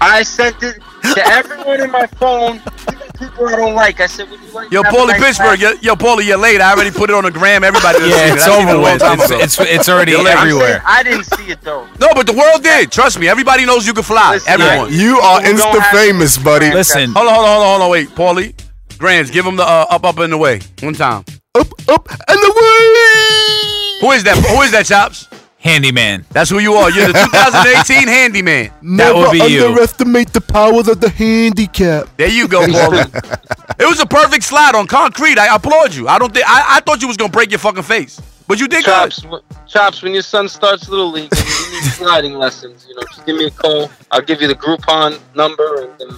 S7: I sent it to everyone in my phone, even people I don't like. I said, would you like?
S6: Yo,
S7: to have a
S6: Paulie
S7: nice
S6: Pittsburgh.
S7: laugh?
S6: Yo, yo, Paulie, you're late. I already put it on the gram. Everybody. done
S5: Yeah,
S6: seen it.
S5: it's
S6: I seen it a
S5: over
S6: long
S5: with.
S6: time
S5: It's-
S6: ago.
S5: it's- it's already
S6: You're late.
S7: I'm
S5: everywhere.
S7: saying I didn't see it though.
S6: No, but the world did. Trust me. Everybody knows you can fly.
S7: Listen,
S6: Everyone.
S3: You are
S7: People don't
S3: insta
S7: have-
S3: famous, buddy.
S5: Listen.
S6: Hold on, hold on, hold on, hold on. Wait, Paulie. Grams, give him the uh, up, up, and away. One time.
S3: Up, up, and away.
S6: Who is that? Who is that, Chops?
S5: Handyman.
S6: That's who you are. You're the 2018 handyman.
S5: That would be you.
S3: underestimate the powers of the handicap.
S6: There you go, Paulie. it was a perfect slide on concrete. I applaud you. I don't think I, I thought you was gonna break your fucking face. But you did
S7: chops, good. Chops, when your son starts little league, and you need sliding lessons. You know, just give me a call. I'll give you the Groupon number and, and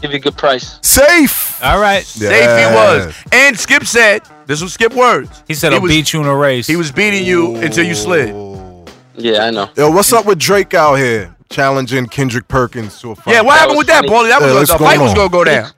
S7: give you a good price.
S3: Safe.
S5: All right.
S6: Safe he was. And Skip said, this was Skip words.
S5: He said, I'll beat you in a race.
S6: He was beating you until you slid.
S7: Yeah, I know.
S3: Yo, what's up with Drake out here challenging Kendrick Perkins to a fight?
S6: Yeah, what happened with that, Paulie? That
S3: Yeah,
S6: was
S3: what's
S6: the fight
S3: going
S6: was
S3: on?
S6: gonna go down.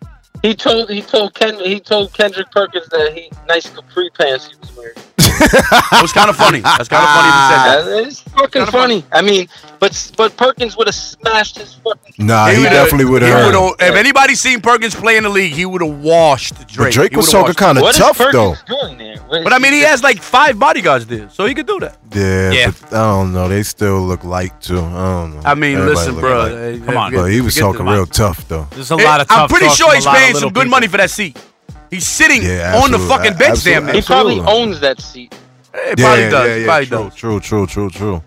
S7: He told he told Ken he told Kendrick Perkins that he nice capri pants he was wearing.
S6: It was kind of funny. That's kind of funny if you said that.
S7: Uh, it's fucking funny. I mean, but but Perkins would have smashed his fucking.
S3: Nah, he,
S6: would've-
S3: definitely would
S6: he
S3: have.
S6: would've- If anybody seen Perkins play in the league, he would have washed Drake.
S3: But Drake
S6: He
S3: was
S6: would've
S3: talking
S6: washed
S3: kind
S6: him.
S3: of tough though.
S6: But I mean, he has like five bodyguards there, so he could do that.
S3: Yeah, but I don't know. They still look light too. I don't know.
S6: I mean,
S3: Everybody
S6: listen,
S3: look
S6: bro.
S3: light.
S6: Hey, Come on.
S3: But he was
S6: forget
S3: talking
S6: the
S3: real
S6: light.
S3: tough though.
S5: There's a lot of
S6: I'm
S5: tough
S6: pretty
S5: talks
S6: sure
S5: from
S6: he's
S5: a lot of
S6: paying some
S5: little
S6: good
S5: people.
S6: money for that seat. He's sitting
S3: Yeah,
S6: on the
S3: absolute-
S6: fucking bench,
S3: absolute-
S6: damn near.
S7: He probably
S3: Absolutely.
S7: owns that seat.
S6: He probably does. He probably
S3: true,
S6: does.
S3: True, true, true, true.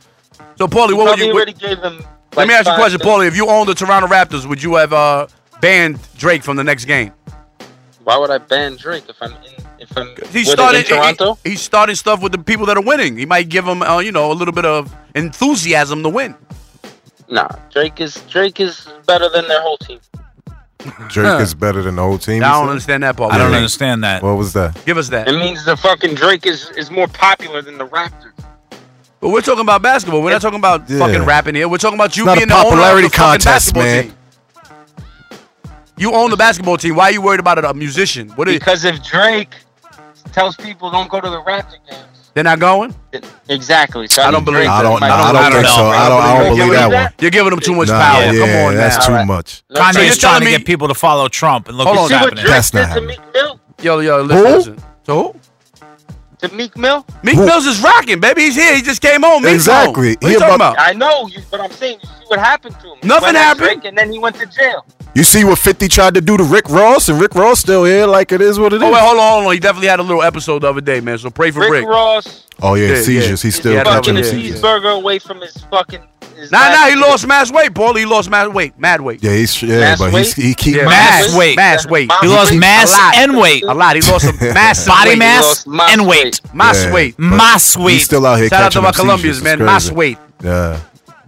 S6: So, Paulie,
S7: He
S6: what would
S7: probably
S6: you?
S7: already
S6: Would,
S7: gave him.
S6: let
S7: like,
S6: me ask you a
S7: five
S6: question,
S7: cents.
S6: Paulie. If you owned the Toronto Raptors, would you have uh, banned Drake from the next game?
S7: Why would I ban Drake if I'm in, if I'm
S6: He
S7: with it
S6: started.
S7: in Toronto?
S6: He, he started stuff with the people that are winning. He might give them, uh, you know, a little bit of enthusiasm to win.
S7: nah, Drake is Drake is better than their whole team.
S3: Drake is better than the whole team.
S6: I
S3: you
S6: don't
S3: said?
S6: understand that, Paulie.
S5: I don't understand that.
S3: What was that?
S6: Give us that.
S7: It means the fucking Drake is is more popular than the Raptors.
S6: But we're talking about basketball. We're not talking about
S3: Yeah.
S6: fucking rapping here. We're talking about you
S3: It's not
S6: being
S3: a
S6: the owner
S3: popularity
S6: of the fucking
S3: contest,
S6: basketball
S3: man.
S6: team. You own the basketball team. Why are you worried about a musician? What are you,
S7: Because if Drake tells people don't go to the Raptor games,
S6: they're not going?
S7: then- exactly. So
S6: I don't believe
S3: I
S6: that.
S3: don't.
S6: I
S3: I
S6: don't-
S3: don't,
S6: I don't
S3: think
S6: know.
S3: so. I don't. I don't
S6: You're
S3: believe that
S6: giving-
S3: one.
S6: You're giving them too much
S3: Nah,
S6: power.
S3: yeah,
S6: Come on
S3: that's
S6: now.
S3: too much.
S5: Kanye's
S6: So you're telling
S5: trying to
S6: me-
S5: get people to follow Trump, and look
S6: Hold
S5: what's
S6: on. See what
S5: happening.
S3: Drake That's not did to happening.
S7: Meek Mill,
S6: Yo, yo, listen. listen. So who?
S7: to Meek Mill.
S6: Meek Mills is rocking, baby. He's here. He just came home. Meek's
S3: Exactly.
S6: home. What
S3: He
S6: you talking
S3: about-
S6: about?
S7: I know, you, but I'm saying you see what happened to him. He
S6: Uh, Nothing
S7: went on
S6: happened.
S7: Drake and then he went to jail.
S3: You see what Fifty tried to do to Rick Ross, and Rick Ross still here. Like it is what it is.
S6: Oh, wait, hold on, hold on. He definitely had a little episode the other day, man. So pray for
S7: Rick,
S6: Rick.
S7: Ross
S3: Oh, yeah,
S6: Yeah, yeah.
S3: seizures. He's still
S6: Yeah, that's
S3: catching
S7: fucking a
S6: what it is.
S3: seizures.
S7: cheeseburger away from his fucking. His
S6: Nah, nah,
S7: last-
S6: he lost mass weight, Paul. He lost mass weight. Mad weight.
S3: Yeah, he's yeah,
S7: Mass
S3: but he's,
S7: weight?
S3: he keep
S6: Yeah,
S5: Mass
S6: mass
S5: weight.
S6: Mass weight.
S5: He lost
S7: Weight.
S5: mass
S6: A lot.
S5: and weight,
S6: A lot. He lost some mass
S5: body
S6: weight.
S5: mass
S7: lost mass
S5: and weight.
S7: weight.
S6: Mass
S3: Yeah,
S6: weight.
S3: but
S5: Mass weight.
S3: He's still out here
S6: Shout out
S3: catching
S6: to my
S3: them seizures.
S6: Colombians,
S3: It's
S6: man.
S3: crazy.
S6: Mass weight.
S3: Yeah.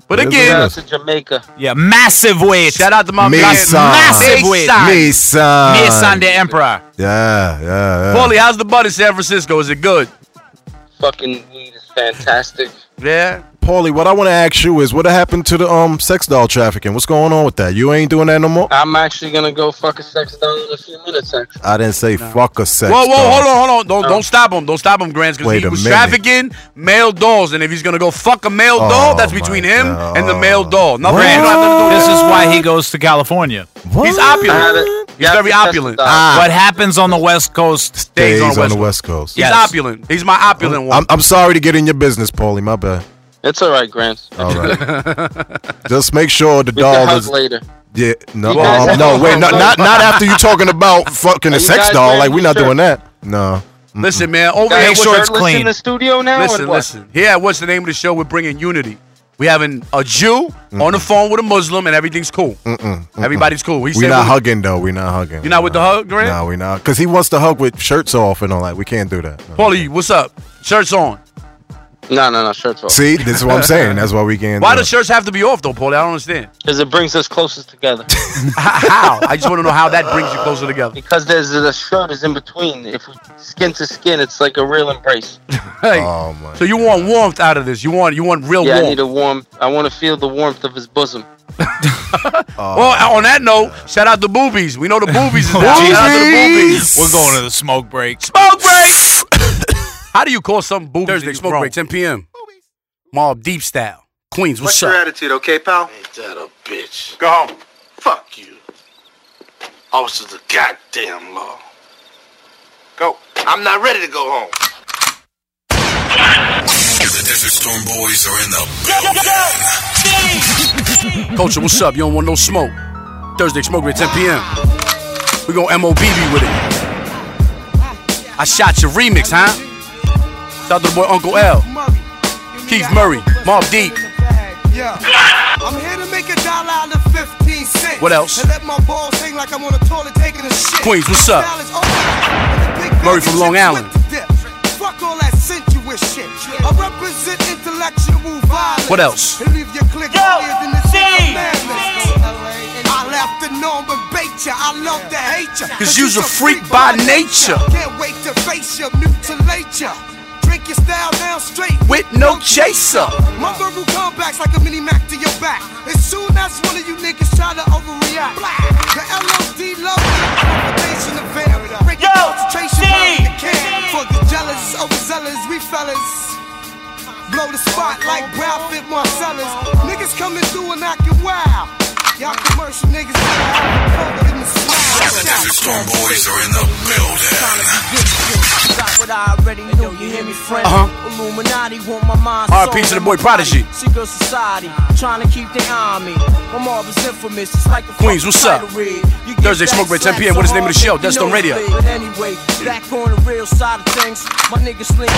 S6: But
S3: It is
S6: again-
S7: Shout
S3: what
S7: out
S3: it
S7: to Jamaica.
S5: Yeah, massive weight.
S6: Shout out to my
S3: Me
S6: guy-
S3: son.
S5: Massive weight.
S6: Mason.
S3: is. Me son.
S5: Me son, the emperor.
S3: Yeah, yeah, yeah.
S6: Paulie, how's the bud in San Francisco? Is it good?
S7: Fucking weed is fantastic.
S6: Yeah.
S3: Paulie, what I want to ask you is what happened to the um sex doll trafficking? What's going on with that? You ain't doing that no more?
S7: I'm actually gonna go fuck a sex doll in a few minutes. Actually.
S3: I didn't say fuck a sex
S6: Whoa, whoa,
S3: doll.
S6: hold on, hold on. Don't don't stop him. Don't stop him, Grants, because
S3: Wait
S6: he
S3: a
S6: was
S3: minute.
S6: trafficking male dolls. And if he's gonna go fuck a male doll,
S3: Oh,
S6: that's
S3: my
S6: between him
S3: God.
S6: and the male doll. Nothing you don't have to do
S5: Grant,
S6: with
S5: this
S6: that.
S5: is why he goes to California.
S3: What?
S6: He's
S7: I had
S6: opulent.
S7: it.
S6: He's
S7: Yeah,
S6: very
S7: I had it.
S6: opulent.
S7: Uh,
S5: What happens on the West Coast?
S3: Days
S6: Stays on
S3: Ah, on
S6: West
S3: the West Coast.
S6: He's
S5: Yes.
S6: opulent. He's my opulent one.
S3: I'm, I'm sorry to get in your business, Paulie. My bad.
S7: It's all right, Grants.
S3: All right. Just make sure the
S7: We can
S3: doll
S7: hug
S3: is.
S7: later.
S3: Yeah, no,
S7: You guys
S3: um, no,
S7: have-
S3: wait, no, not not after you talking about fucking a
S7: Are you
S3: sex
S7: guys
S3: doll.
S7: wearing
S3: Like we're not
S7: t-shirts?
S3: doing that. No.
S6: Listen, man,
S7: Guys,
S6: over here,
S5: Make sure
S7: we're
S5: it's
S7: shirtless
S5: clean.
S7: In the studio now. or
S6: Listen,
S7: what?
S6: listen. Here, what's the name of the show? We're bringing unity. We having a Jew on the phone with a Muslim, and everything's cool. Everybody's cool. We
S3: We
S6: said
S3: not
S6: we-
S3: hugging though. We not hugging.
S6: You not with the hug, Grant?
S3: No, we not. Cause he wants to hug with shirts off and all that. We can't do that. No.
S6: Paulie, what's up? Shirts on.
S7: No, no, no. Shirts off.
S3: See, this is what I'm saying. That's why we can't.
S6: Why
S3: do
S6: does
S3: it.
S6: shirts have to be off though, Paulie? I don't understand.
S7: Because it brings us closest together.
S6: How? I just want to know how that brings you closer together.
S7: because there's the shirt is in between. If we skin to skin, it's like a real embrace.
S6: Hey,
S3: Oh my.
S6: so you want warmth out of this? You want you want real
S7: Yeah, I
S6: warmth?
S7: need a warm. I want to feel the warmth of his bosom.
S6: well, Oh, on that note, shout out the boobies. We know the boobies is out. Shout out to the boobies.
S5: We're going to the smoke break.
S6: Smoke break. How do you call something boobies?
S9: Thursday,
S6: that you
S9: smoke
S6: grown?
S9: break,
S6: 10 p.m. Mob deep style. Queens, what's,
S9: What's
S6: up?
S9: your attitude, okay, pal?
S13: Ain't that a bitch?
S9: Go home.
S13: Fuck you. Officer, the goddamn law.
S9: Go.
S13: I'm not ready to go home.
S4: The Desert Storm Boys are in the.
S6: Culture, what's up? You don't want no smoke. Thursday, smoke at 10 p.m. We gon' MOBB with it. I shot your remix, huh? Shout out to the boy Uncle L, Keith Murray, Mob Deep.
S16: Yeah. I'm here to make a dollar out of 15 cents.
S6: What else?
S16: And let my balls hang like I'm on the toilet taking a shit.
S6: Queens, what's up?
S16: Style is open, but the big
S6: Murray from
S16: baggy
S6: Long
S16: chicks
S6: Island.
S16: with the dip. Fuck all that sensuous
S2: reckless shit. I represent intellectual violence.
S6: What else?
S2: And leave your click higher than the city of madness. I laugh to Norman Bates ya. I love to hate ya.
S6: Cause you's a freak by nature.
S2: Can't wait to face ya, mutilate ya. Drink your style down straight.
S6: With no chaser.
S2: My verbal comebacks like a mini Mac to your back. As soon as one of you niggas try to overreact, the LOD love me. Confrontation of air. Break your concentration out the can. For the jealous, overzealous, we fellas. Blow the spot like Brad Fit Marcellus. Niggas coming through and acting wild. Y'all commercial niggas.
S16: Boys are in the building.
S17: Got what I already knew, you hear me, friend?
S6: Uh-huh.
S17: Illuminati want my mind.
S6: R.I.P. to the boy Prodigy.
S17: Secret society, trying to keep the army. My mob is infamous, it's like the
S6: Queens, what's up? Thursday, Smoke Break, 10 p.m. What is the name of the show? That's on radio.
S17: But anyway, back on the real side of things, my niggas sling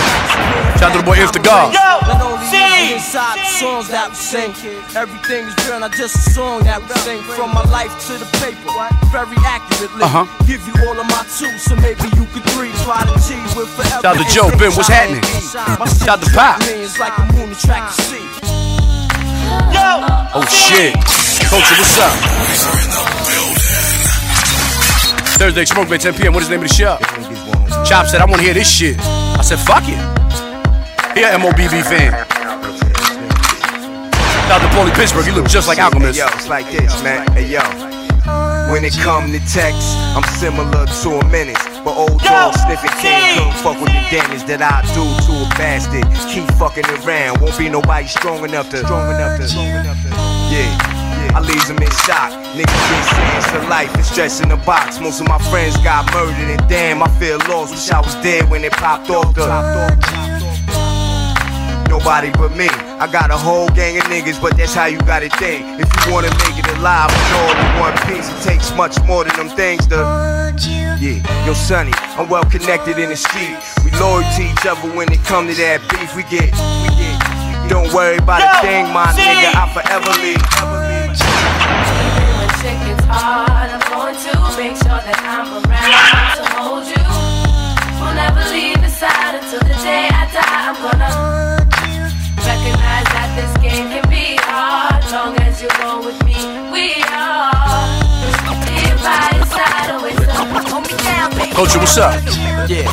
S6: Shout out to the boy If the God.
S17: Not only is it inside the songs that we sing, everything is real, not just a song that we sing. From my life to the paper, very accurately.
S6: Uh-huh.
S17: Give you all of my two, so maybe you could three. Try to G with forever.
S6: Shout out to Joe, Ben, what's happening? Shout out to Pop.
S17: Millions like a moon attract the sea.
S6: Oh shit. Culture, what's up? Thursday, Smoke Break, 10 p.m. What is the name of the show? Chop said, I want to hear this shit. I said, fuck it. He a MOBB fan. Shout out to Paulie Pittsburgh. He look just like Alchemist.
S18: Yo, it's like this, man. Hey, yo. When it come to text, I'm similar to a menace. But old dog sniffing can't come fuck with the damage that I do to a bastard. Keep fucking around. Won't be nobody strong enough to. Strong enough to. Strong enough to. Yeah. I leaves them in shock. Niggas get sentenced to life and stressed in the box. Most of my friends got murdered, and damn, I feel lost. Wish I was dead when it popped off. The Nobody but me. I got a whole gang of niggas, but that's how you gotta think. If you wanna make it alive with all in one piece, it takes much more than them things to. Yeah, yo, Sonny, I'm well connected in the street. We loyal to each other when it come to that beef. We get, we get. Don't worry about a thing, my nigga. I forever leave.
S6: Culture, what's up?
S19: Yeah,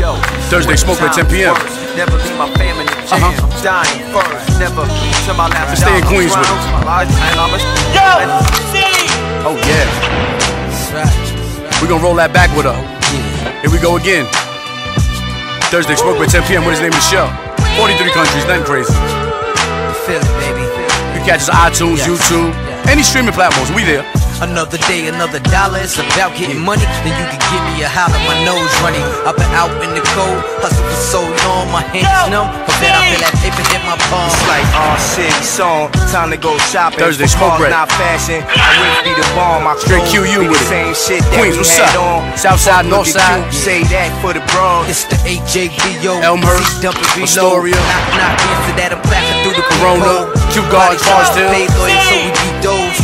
S19: yo.
S6: Thursday, Smoke Break, 10 p.m.
S19: Never leave my fam in the jam. I'm dying first. Never keep to my last
S6: Uh-huh. Stay in
S19: dollar.
S6: Queens with
S19: Rounds, my lies, and I'm a-
S6: Oh, yeah. We're gonna roll that back with her. Here we go again. Thursday, Smoke Break, 10 p.m. What is the name of the show? 43 countries, nothing crazy.
S19: Feel it, baby.
S6: You catch us on iTunes, YouTube, any streaming platforms. We there.
S19: Another day, another dollar. It's about getting money. Then you can give me a holler. My nose running. I've been out in the cold, hustle for so long. My hands numb, but then I feel that paper hit my palm.
S18: It's like our city song. Time to go shopping.
S19: Thursday,
S18: Football's
S19: Smoke Break.
S18: Not fashion. I wish be the bomb. I
S6: Straight QU
S18: be the
S6: with it.
S18: same shit that
S6: Queens,
S18: we
S6: what's
S18: had
S6: up?
S18: on.
S6: Southside,
S18: Fuck with the
S6: Northside?
S18: Q, Say that for the Bronx.
S19: It's the HJBO.
S6: Elmhurst,
S19: CW.
S6: Astoria.
S19: Knock, knock. Answer that. I'm clapping through the
S6: Corona, Q Guards, Barstool.
S19: Paid lawyers, so we be those.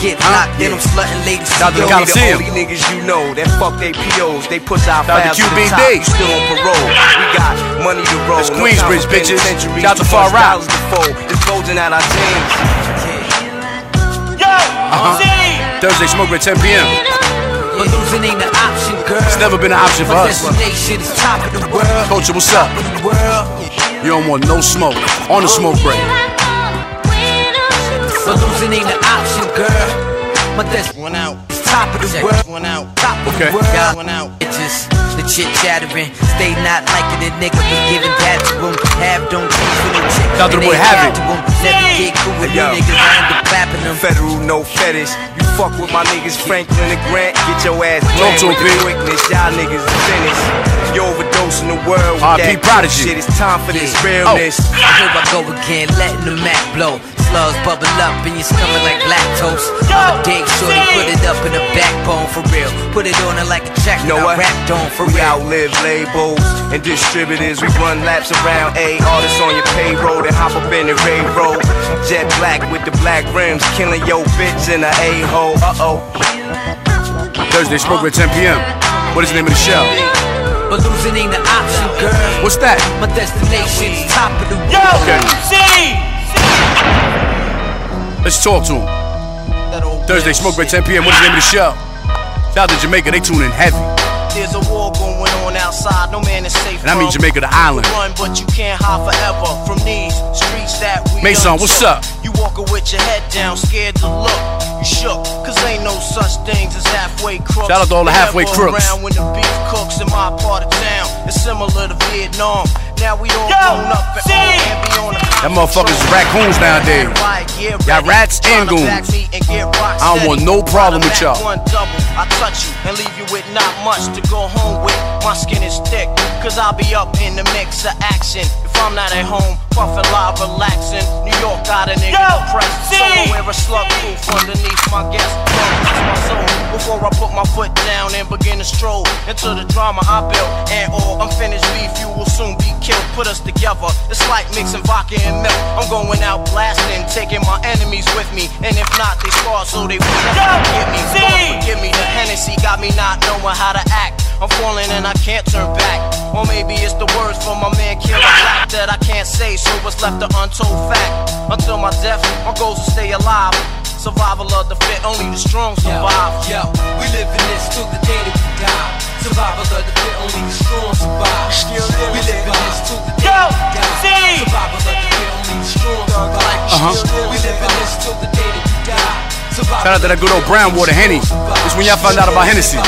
S19: Get knocked, then I'm slutting ladies.
S18: Shout
S19: Yo,
S18: out to the only niggas you know that fuck they POs. They push our
S6: Shout out
S18: files
S6: to
S18: to the
S6: QBD.
S18: top. You still on parole. We got money to roll.
S6: That's Queensbridge, bitches. Shout out to Far
S18: Far
S6: Right.
S18: Dollars to fold. It's bulging out our jeans.
S6: Uh-huh. Thursday, Smoke Break, 10 p.m.
S19: But losing ain't an option, girl.
S6: It's never been an option for
S19: My
S6: us.
S19: destination is top of the world.
S6: Culture, what's up? You don't want no smoke. On the smoke break.
S19: But losing ain't an option, girl. My desk one out. Top of the world. One out. Top of
S6: Okay.
S19: the world. Got one out. It just the chit chattering. Stay not liking the nigga, but giving that to him. Have don't change for no chick.
S18: Shout out to
S19: And
S18: the boy
S19: they
S18: Havoc.
S19: have to him. Never get cool with you
S18: Yo.
S19: niggas. I end up clapping them.
S18: Federal, no fetish. You fuck with my niggas, Franklin and Grant. Get your ass
S6: Talk to
S18: blamed with the
S6: him, Pete.
S18: quickness. Y'all niggas is finished. You overdosing the world with
S6: R.I.P.
S18: that
S6: Prodigy.
S18: shit. It's time for this realness.
S19: Oh. I hope I go again, letting the mat blow. Slugs bubble up in your stomach like lactose. I'm a dick shorty, put it up in the backbone for real. Put it on her like a check,
S18: You know
S19: I
S18: what?
S19: rapped on for
S18: we
S19: real.
S18: outlive labels and distributors. We run laps around A artists on your payroll and hop up in the railroad. Jet black with the black rims, killing your bitch in a a hole. Uh oh.
S6: Thursday, Smoke Break, 10 p.m. What is the name of the show?
S19: But losing ain't an option, girl.
S6: What's that?
S19: My destination's top of the world.
S6: Yo, Let's talk to him. Thursday, Smoke by 10 p.m. What is the name of the show? Shout out to Jamaica, they tune in heavy.
S20: There's a war going on outside, no man is safe.
S6: And I mean
S20: from.
S6: Jamaica the island.
S20: You Run, but you can't hide forever from these streets that we
S6: Mason,
S20: done
S6: what's
S20: took.
S6: up?
S20: You walking with your head down, scared to look. You shook, cause ain't no such things as halfway crooks.
S6: Shout out to all the halfway
S20: Never
S6: crooks.
S20: around when the beef cooks in my part of town. It's similar to Vietnam. Now we all grown up and old and be on the
S6: That motherfuckers is raccoons nowadays. Got rats and goons. I don't want no problem with y'all.
S20: One double, I touch you and leave you with not much to go home with. My skin is thick, cause I'll be up in the mix of action. If I'm not at home, puffin' live, relaxing. New York got a nigga depressed. Somewhere a slug proof underneath my guest. It's my soul. Before I put my foot down and begin to stroll into the drama I built and all unfinished beef, you will soon be killed. Put us together. It's like mixing vodka and milk. I'm going out blasting, taking my enemies with me. And if not, they scar so they will never forgive me. Don't forgive me. The Hennessy got me not knowing how to act. I'm falling and I can't turn back. Or maybe it's the words from my man Killer Black that I can't say, so what's left an untold fact. Until my death, my goals to stay alive. Survival of the fit, only the strong survive.
S19: Yo, we live in this till the day that we die. Survival of the fit, only the strong survive. we live in this till the day that we die. Survival of the fit, only the strong survive.
S6: Uh-huh.
S19: We live in this till the day that we die. Survival
S6: Shout out to that good old brown water Henny. It's when y'all found out about Hennessy.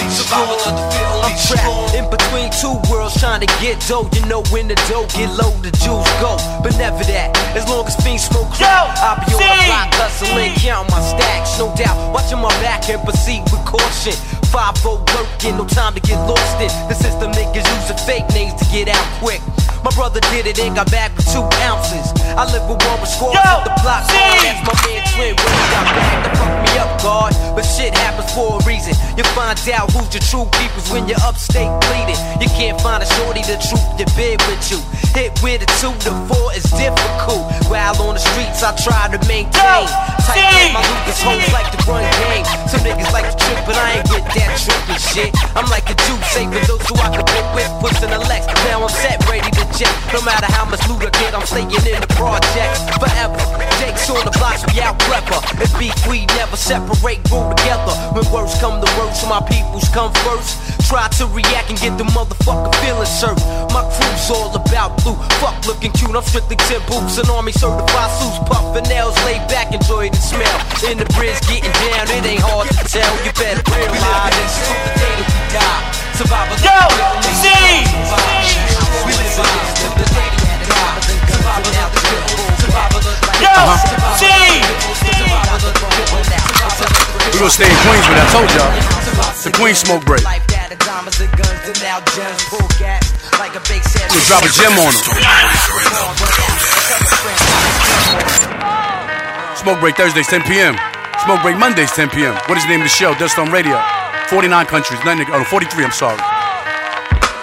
S19: I'm trapped in between two worlds trying to get dough. You know when the dough get low, the juice go. But never that. As long as fiends smoke crack, I'll be on the block hustling, counting my stacks, no doubt. Watching my back and proceed with caution. 5-0 working, no time to get lost in. The system niggas using fake names to get out quick. My brother did it and got back with two ounces. I live with one with scores at the block. That's my man Twin when he got back to fuck me up, guard. But shit happens for a reason. You find out who's your true keepers when you're upstate bleeding. You can't find a shorty to troop your bed with you. Hit with a two to four is difficult. While on the streets, I try to maintain. Tight like my Lucas hoes like to run game. Some niggas like to trip, but I ain't with that tripping shit. I'm like a Jew saving those who I can whip with. Pushing the Lex, now I'm set, ready to jet. No matter how much loot I get, I'm staying in the projects forever. Jake's on the blocks, we out clever. It's beef, we never separate, grow together. When words come to words, my peoples come first. Try to react and get the motherfucker feeling served. My crew's all about blue. Fuck looking cute, I'm strictly 10 boots. An army certified suits, puffin' nails, lay back, enjoy the smell. In the bridge, getting down, it ain't hard to tell. You better realize it's the day that we die. Survival Yo, see! We live by till the day that we die. Survival of the fittest, survival of the Yo, see!
S6: We gonna stay in Queens, but I told y'all. It's a Queens smoke break. We'll drop a gem on them. Smoke break Thursdays, 10 p.m. Smoke break Mondays, 10 p.m. What is the name of the show? Dust on Radio. 49 countries. None, oh, 43, I'm sorry.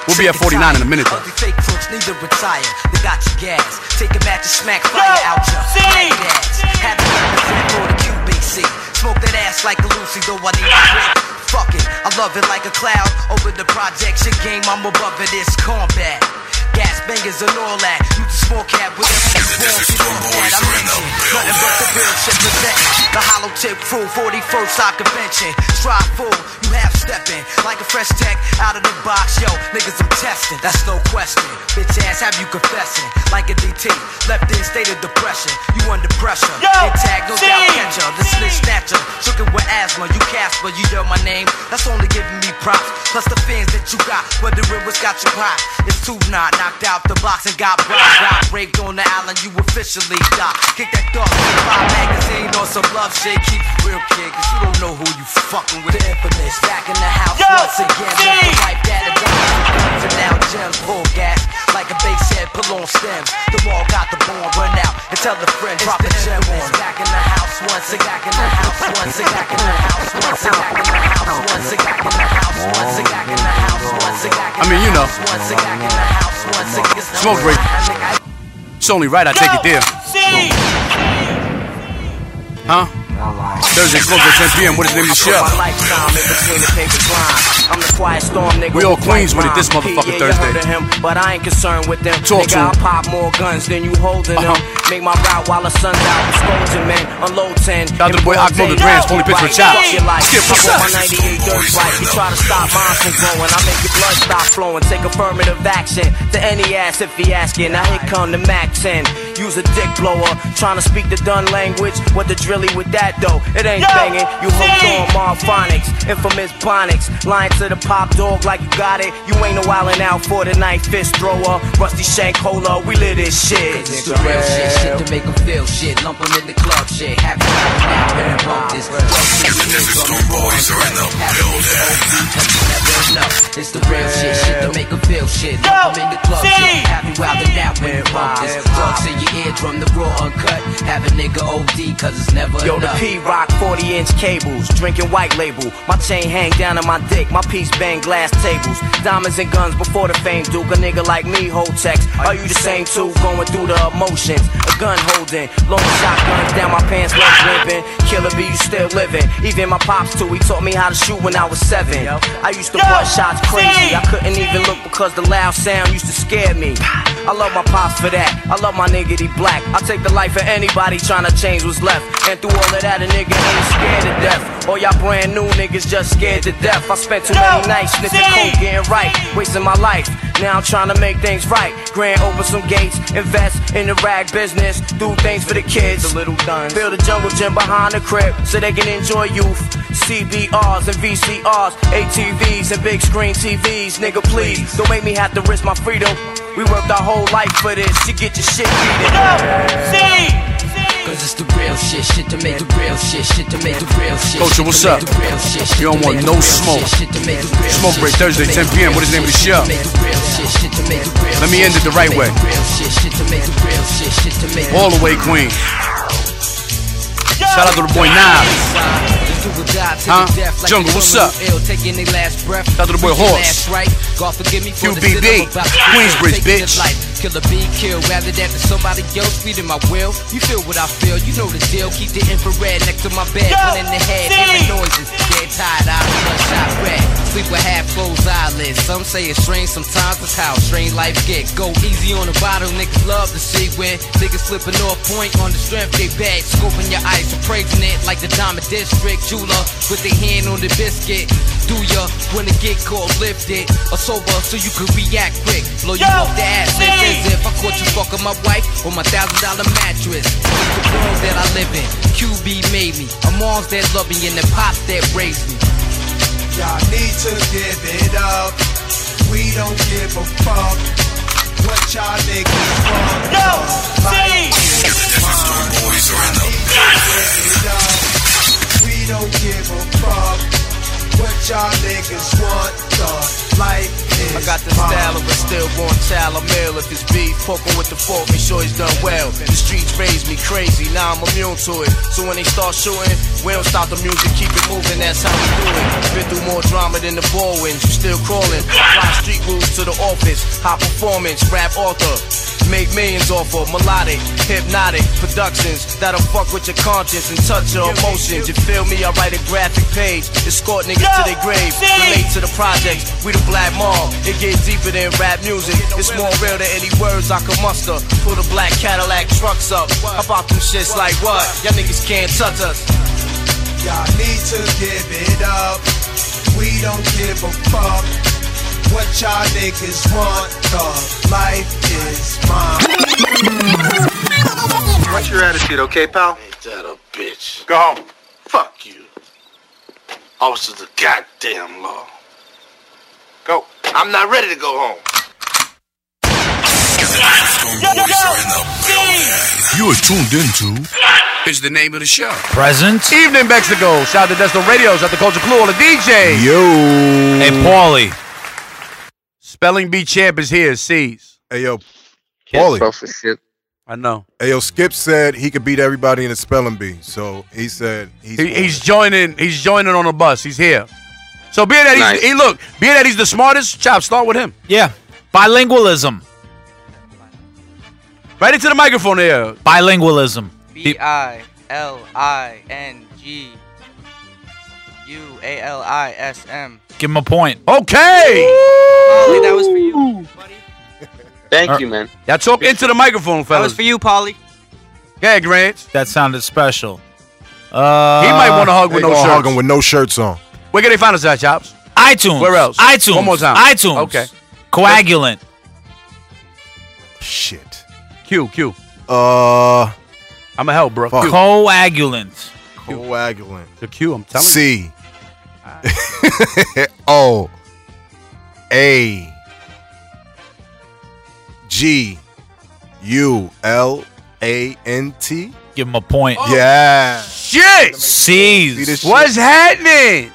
S6: We'll be at 49 in a minute, though.
S19: Ugly fake crooks need to retire. They got your gas. Take a match and smack fire out your black ass. Have the weapons and go to QBC. Smoke that ass like a Lucy, though I need a drink. Fuck it, I love it like a cloud. Over the projection game, I'm above it. It's combat. Gas bangers and all that. You the small cap with the This is that I mentioned. Nothing but the real shit present. The hollow tip crew, 41st I convention. Strive full, you half stepping. Like a fresh tech out of the box, yo. Niggas, I'm testing, that's no question. Bitch ass, have you confessing? Like a DT, left in state of depression. You under pressure. Yo, Intact, no doubt catcher. The snitch snatcher. Shook it with asthma, you Casper, you yell my name. That's only giving me props. Plus the fans that you got, whether it was got you hot. It's too not knocked out the box and got robbed. Got raped on the island, you officially die. Kick that dog, shit, five magazine on some love shit. Keep it real, kid, cause you don't know who you fucking with. The infamous back in the house once again. Let the wipe that a dime. Guns and now gems, pull gas. Like a bass head, pull on stems. The wall got the bomb, run out and tell the friend, drop a gem on. it. Back in the house once again. Back in the house once again. Back in the house once again. Back in the house once again. Back in the house once again. Back in the house once again. Back in the house once again.
S6: I mean, you know.
S19: Once again. Back in the house once again.
S6: Smoke break. It's only right I take it there. Huh? Thursday, close at 10 p.m. What is the name of the show?
S20: I'm the quiet storm nigga.
S6: We all
S20: with
S6: Queens
S20: white
S6: with it this
S20: rhyme.
S6: motherfucker
S20: Yeah, you heard
S6: Thursday.
S20: of Him, but I ain't concerned with them. nigga,
S6: Talk to
S20: I
S6: him. Uh-huh.
S20: pop more guns than you holding them. Make my route while the sun's out. Exposing men, unload 10.
S6: Shout out to the boy Akmo the Grams, Tony Pitts with Chow. Skip,
S20: Skip
S6: what's up?
S20: my 98 dirt right. You try to stop mine from growing. I make your blood stop flowing. Take affirmative action to any ass E if he asking. Now here come the Mac 10. Use a dick blower. Trying to speak the done language. What the drilly with that though? It ain't banging. You hooked on Marphonics. Infamous Bonics. Lying to the pop dog like you got it. You ain't no wildin' out for the night. Fist thrower. Rusty Shankola. We live this shit.
S19: It's the real shit, shit to make them feel shit. Lump 'em in the club, shit. Happy hour now, when I bump this. It's the real shit, shit to make 'em feel shit. Lump 'em in the club, shit. Happy hour now, when I bump this. Drugs in your eardrum, the raw uncut. Have a nigga OD, cause it's never
S20: Yo, the
S19: enough.
S20: P Rock 40 inch cables, drinking white label. My chain hang down on my dick, my piece bang glass tables. Diamonds and guns before the fame, Duke. A nigga like me hold text. Are you the same too? Going through the emotions. A gun holding, long shotguns down my pants, legs limping. Killer B, you still living. Even my pops too, he taught me how to shoot when I was seven. I used to bust shots crazy. I couldn't even look because the loud sound used to scare me. I love my pops for that. I love my nigga, he black. I take the life of anybody trying to change what's left. And through all of that, a nigga ain't scared to death. All y'all brand new niggas just scared to death. I spent too many nights sniffing coke, getting right, wasting my life. Now I'm trying to make things right. Grand open some gates, invest in the rag business, do things for the kids. The little guns. Build a jungle gym behind the crib so they can enjoy youth. CBRs and VCRs, ATVs and big screen TVs. Nigga, please don't make me have to risk my freedom. We worked our whole life for this. You get your shit beat it.
S19: Cause it's the real shit, shit to make the real shit, shit to make the real shit. shit
S6: Culture, what's
S19: to
S6: up?
S19: make the real shit, shit
S6: You don't
S19: to
S6: want
S19: make
S6: no
S19: the real
S6: smoke.
S19: shit, shit to make the real
S6: Smoke
S19: shit, shit
S6: break
S19: to
S6: Thursday,
S19: make
S6: 10 p.m. What is the name of the
S19: real
S6: show?
S19: shit, shit to make the real shit, shit to make the real
S6: Let me
S19: shit,
S6: end it
S19: shit
S6: the
S19: to
S6: right
S19: make
S6: way.
S19: the real shit, shit to make the real shit, shit to make
S6: All the way, Queen. Shout out to the boy Nas. Huh? Jungle, what's up?
S19: Shout
S6: out to the boy Horse.
S19: Right? God forgive me for the
S6: QBB,
S19: sin I'm about to commit,
S6: Queensbridge,
S19: taking this
S6: bitch.
S19: life. Killer be killed rather than for somebody else feeding my will. You feel what I feel, you know the deal. Keep the infrared next to my bed, one in the head, hearing noises. Dead tired, eyes bloodshot red. Sleep with half closed eyelids. Some say it's strange, sometimes it's how strange life get. Go easy on the bottle, niggas love to see when niggas slipping off point on the strength they bad. Scoping your eyes, appraising it like the Diamond District jeweler with their hand on the biscuit. Do ya when it get cold, lift it or sober so you can react quick. Blow you off the ass as if I caught you fucking my wife on my thousand dollar mattress. It's the world that I live in. QB made me. A mom's that love me and the pops that raised me.
S14: Y'all need to give it up. We don't give a fuck what y'all niggas want. Yo, see. boys are in the We don't give a fuck what y'all niggas want. The life is
S20: I got the style of a stillborn child, a male if it's beef. Poking with the fork, make sure he's done well. The streets raised me crazy, now I'm immune to it. So when they start shooting, we don't stop the music, keep it moving, that's how we do it. Been through more drama than the ball wins, you still crawling. Fly street rules to the office, high performance, rap author. Make millions off of melodic, hypnotic productions that'll fuck with your conscience and touch your emotions. You feel me? I write a graphic page, escort niggas to their grave. Relate to the projects, we the black mob. It gets deeper than rap music. It's more real than any words I can muster. Pull the black Cadillac trucks up. How about them shits like what? Y'all niggas can't touch us.
S14: Y'all need to give it up. We don't give a fuck what y'all niggas want. The life is mine.
S15: What's your attitude, okay, pal?
S21: Ain't that a bitch?
S15: Go home.
S21: Fuck you. Officer of the goddamn law. Go. I'm not ready to go home.
S6: You are tuned into. Is the name of the show.
S5: Present.
S6: Evening, Mexico. Shout out to Destin Radios. Shout out to Culture Clue. All the DJs.
S3: Yo.
S6: Hey, Paulie. Spelling Bee Champ is here. C's.
S3: Hey, yo. Paulie.
S6: I know.
S3: Hey, yo, Skip said he could beat everybody in the spelling bee. So he said he's.
S6: He, he's joining. He's joining on the bus. He's here. So being that he's,
S3: Nice.
S6: he look, being that he's the smartest, chop. Start with him.
S5: Yeah. Bilingualism.
S6: Right into the microphone there.
S5: Bilingualism.
S1: B I L I N G U A L I S M.
S5: Give him a point.
S6: Okay.
S1: Polly, that was for you.
S7: Thank
S6: you, man. Now talk into the microphone,
S1: That was
S6: fellas.
S1: for you, Polly.
S6: Yeah, Grant.
S5: That sounded special. Uh,
S6: He might wanna hug
S3: They
S6: with no
S3: gonna
S6: shirts.
S3: hug him with no shirts on.
S6: Where can they find us at, Chops?
S5: iTunes.
S6: Where else?
S5: iTunes.
S6: One more time.
S5: iTunes.
S6: Okay.
S5: Coagulant.
S3: Shit.
S6: Q, Q.
S3: Uh,
S6: I'm a help, bro. Q.
S5: Coagulant.
S3: Coagulant.
S6: The Q. I'm telling you.
S3: C. o. A. G. U. L. A. N. T.
S5: Give him a point.
S6: Oh.
S3: yeah.
S6: Shit.
S5: C's.
S6: What's happening?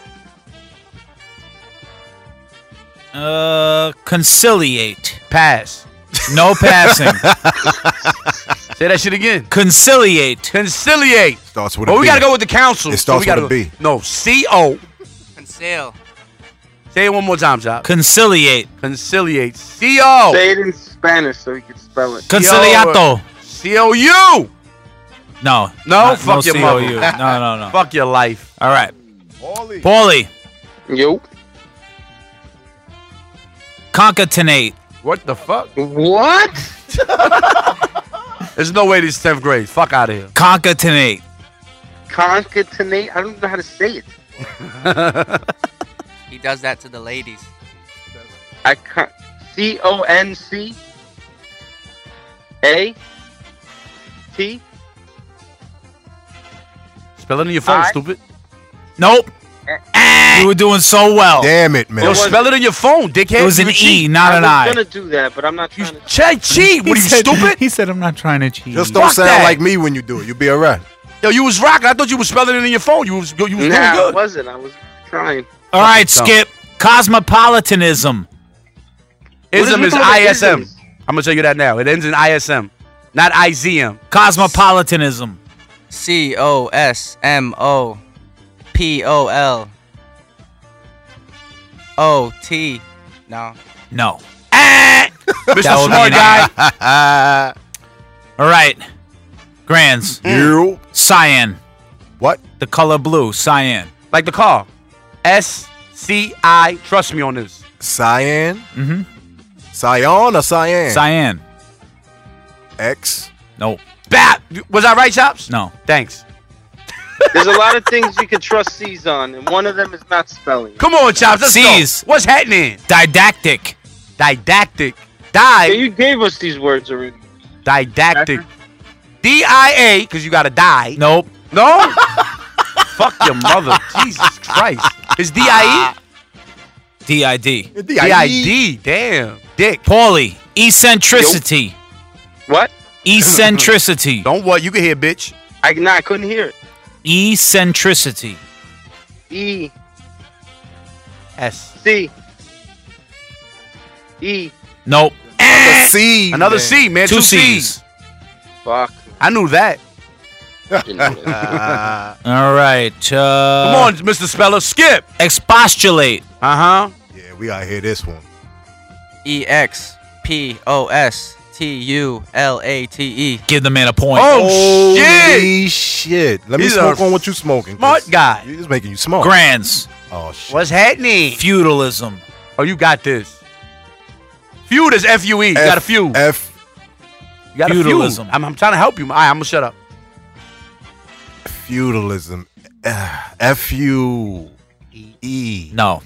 S5: Uh, conciliate.
S6: Pass.
S5: No passing.
S6: Say that shit again.
S5: Conciliate.
S6: Conciliate.
S3: Starts
S6: But we gotta go with the council.
S3: It starts
S6: we gotta
S3: with a
S6: go- No, C O.
S1: Conceal.
S6: Say it one more time, Chop.
S5: Conciliate.
S6: Conciliate. C
S5: Oh.
S6: O.
S7: Say it in Spanish so you can spell it.
S5: Conciliato.
S6: C O U.
S5: No.
S6: No,
S5: Not-
S6: fuck your mother.
S5: COU. No, no, no.
S6: Fuck your life.
S5: All right. Paulie.
S7: Yo.
S5: Concatenate.
S6: What the fuck?
S7: What?
S6: There's no way this is 10th grade. Fuck out of here.
S5: Concatenate.
S7: Concatenate? I don't even know how to say it.
S1: He does that to the ladies.
S7: I can't. C O N C A T.
S6: Spell it in your phone,
S7: I-
S6: stupid.
S5: Nope.
S6: Eh.
S5: You were doing so well.
S3: Damn it,
S6: Yo, spell it in your phone, dickhead.
S5: It was
S6: You
S5: an
S6: a
S5: E,
S6: cheat.
S5: not an
S7: I was
S5: I.
S7: gonna do that, but I'm not trying to.
S6: Check cheat. What are you stupid?
S5: He said, "I'm not trying to cheat."
S3: Just don't sound like me when you do it. You'll be all right.
S6: Yo, you was rocking. I thought you was spelling it in your phone. You was you was doing
S7: Nah, I
S6: good.
S7: wasn't. I was trying.
S5: All right,
S6: dumb.
S5: Skip. Cosmopolitanism.
S6: Ism
S5: What
S6: is
S5: is with all the
S6: ISM.
S5: isms?
S6: I'm gonna tell you that now. It ends in ISM, not IZM.
S5: Cosmopolitanism.
S1: C O S M O P O L O T. No.
S5: No. Eh.
S6: Mr.
S5: That would be
S6: Smart
S5: an
S6: Guy.
S5: All right. Grands.
S3: You.
S5: Cyan.
S3: What?
S5: The color blue. Cyan.
S6: Like the car. S C I. Trust me on this.
S3: Cyan.
S5: Mm-hmm.
S3: Cyan or Cyan?
S5: Cyan.
S3: X.
S5: No.
S6: Bap. Was I right, Chops?
S5: No.
S6: Thanks.
S7: There's a lot of things you can trust C's on, and one of them is not spelling.
S6: Come on, Chops. Let's
S5: C's.
S6: go. What's happening?
S5: Didactic.
S6: Didactic.
S7: Yeah,
S6: Die.
S7: you gave us these words already.
S6: Didactic. D I A. Because you gotta die.
S5: Nope.
S6: No. Fuck your mother. Jesus Christ. Is D I E?
S5: D-I-D.
S6: D I E. D. Damn. Dick.
S5: Paulie. Eccentricity.
S7: What?
S5: Eccentricity.
S6: Don't what? You can hear, bitch.
S7: I nah, I couldn't hear it.
S5: Eccentricity.
S7: E
S6: S.
S7: C E.
S5: Nope.
S3: Another C.
S6: Another C, man. Two,
S5: Two
S6: C's.
S5: C's.
S7: Fuck.
S6: I knew that.
S5: All right.
S6: Come
S5: Uh,
S6: on, Mr. Speller. Skip.
S5: Expostulate.
S6: Uh huh.
S3: Yeah, we gotta hear this one.
S1: E X P O S T U L A T E.
S5: Give the man a point.
S6: Oh, shit.
S3: Holy shit. Let me
S6: These
S3: smoke
S6: are
S3: on what you smoking. 'cause
S6: Smart guy.
S3: It's making you smoke.
S5: Grands.
S3: Oh shit.
S6: What's happening?
S5: Feudalism.
S6: Oh, you got this. Feud is F U E. You got a feud.
S3: F
S6: You got a feud.
S5: feudalism.
S6: I'm, I'm trying to help you. All right, I'm going to shut up.
S3: feudalism. Ah, F U E.
S5: No.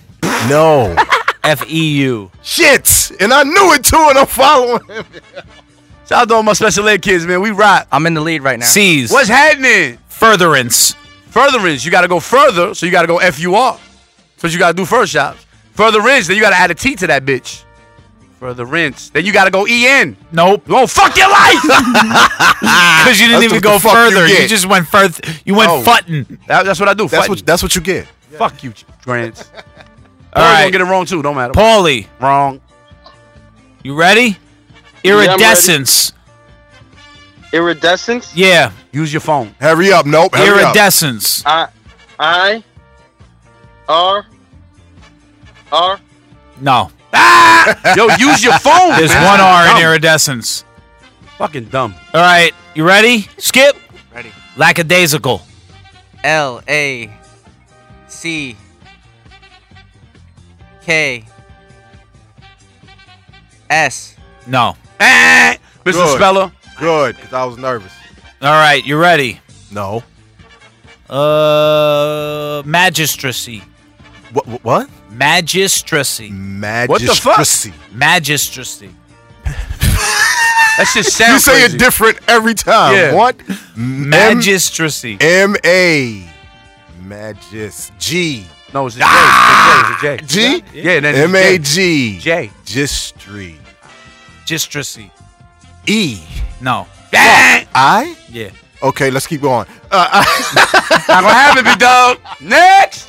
S3: No.
S5: F E U.
S3: shit. And I knew it too, and I'm following him.
S6: Shout out to all my special ed kids, man. We rock.
S1: I'm in the lead right now.
S5: C's.
S6: What's happening?
S5: Furtherance.
S6: Furtherance. You got to go further, so you got to go F U R. That's what you got to do first, shops. Furtherance, then you got to add a T to that bitch. Furtherance. Then you got to go E N.
S5: Nope.
S6: Oh, fuck your life!
S5: Because you didn't
S3: That's
S5: even
S3: what
S5: go
S3: the fuck you
S5: further. You,
S3: get.
S5: just went further. You went
S6: Oh.
S5: futtin'.
S6: That- that's what I do.
S3: That's
S6: fighting.
S3: what that's what you get.
S6: Fuck you, Grants.
S5: All
S6: All right.
S5: right.
S6: Gonna get it wrong too. Don't matter.
S5: Paulie,
S6: wrong.
S5: you ready?
S7: I'm ready.
S5: Iridescence.
S7: Iridescence.
S5: Yeah.
S6: Use your phone.
S3: Hurry up, nope. Hurry up.
S5: Iridescence.
S7: I I R R.
S5: No.
S6: Yo, use your phone.
S5: There's
S6: man.
S5: one R in
S6: Dumb.
S5: iridescence.
S6: Fucking dumb.
S5: All right. You ready? Skip.
S1: Ready.
S5: Lackadaisical.
S1: L A C K S.
S5: No.
S6: Mr. Speller.
S3: Good, because I was nervous.
S5: All right, you ready?
S3: No.
S5: Uh, magistracy.
S3: What? What?
S5: Magistracy.
S3: What the fuck? Magistracy.
S5: Magistracy.
S6: That's just
S3: sound You say it crazy. different every time.
S5: Yeah.
S3: What?
S5: Magistracy.
S3: M A. Magis. G.
S6: No, it's a J. It's a J. It's a J.
S3: G?
S6: Yeah, and then
S3: M A G.
S6: J.
S3: Gistry.
S5: Magistracy.
S3: E.
S5: No.
S3: I?
S5: Yeah.
S3: Okay, let's keep going.
S6: Not gonna happen, big dog. Next.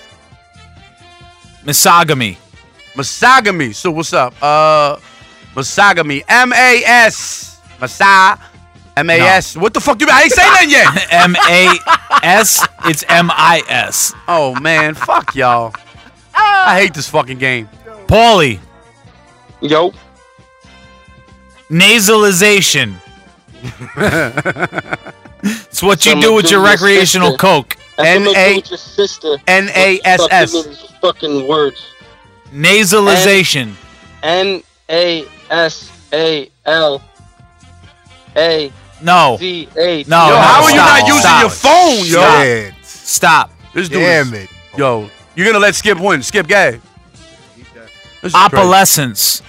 S5: Misogamy.
S6: Misogamy. So what's up? Uh, misogamy. M A S. Masa. M A S. What the fuck you? I ain't say nothing yet.
S5: M A S. It's M I S.
S6: Oh man, fuck y'all. I hate this fucking game.
S5: Paulie.
S7: Yo.
S5: Nasalization. it's what you do with your recreational coke.
S7: N A sister.
S6: N A S S.
S7: Fucking words.
S5: Nasalization.
S7: N A S A L A
S5: No.
S7: Z A.
S5: No. no, stop, stop, stop, Stop.
S6: This dude.
S5: Damn
S6: it. Yo, you're gonna let Skip win. Skip gay. This is
S5: Opalescence.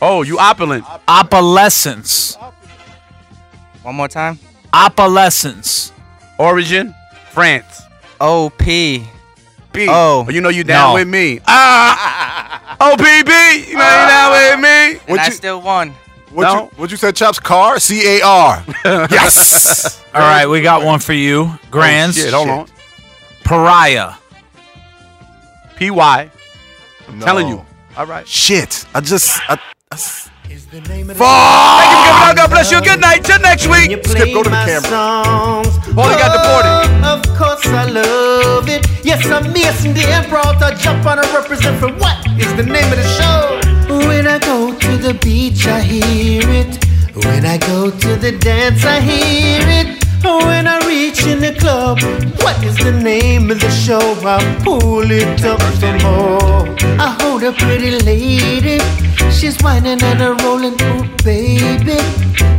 S6: Oh, you opulent.
S5: Opalescence.
S1: One more time.
S5: Opalescence.
S6: Origin, France.
S1: O P
S6: B.
S1: O.
S6: You know you down with me. Ah. Oh, BB. You know you down with me.
S1: Ah. And I still won.
S3: What
S6: No.
S3: you what you said, Chops? Car? C A R. Yes.
S5: All right, we got one for you, Grands.
S6: Oh, shit, hold on.
S5: Pariah.
S6: P Y. I'm telling you.
S3: All right. Shit. I just. I, I s-
S6: Thank you for coming out. God bless you. Good night. Till next week.
S3: Skip, go to the camera.
S6: Paulie got deported.
S22: Oh, Of course I love it. Yes, I'm Mason the Emperor. I jump on and represent for what is the name of the show. When I go to the beach, I hear it. When I go to the dance, I hear it. When I reach in the club, what is the name of the show? I pull it up some more. I hold a pretty lady. She's whining and a rolling, oh baby.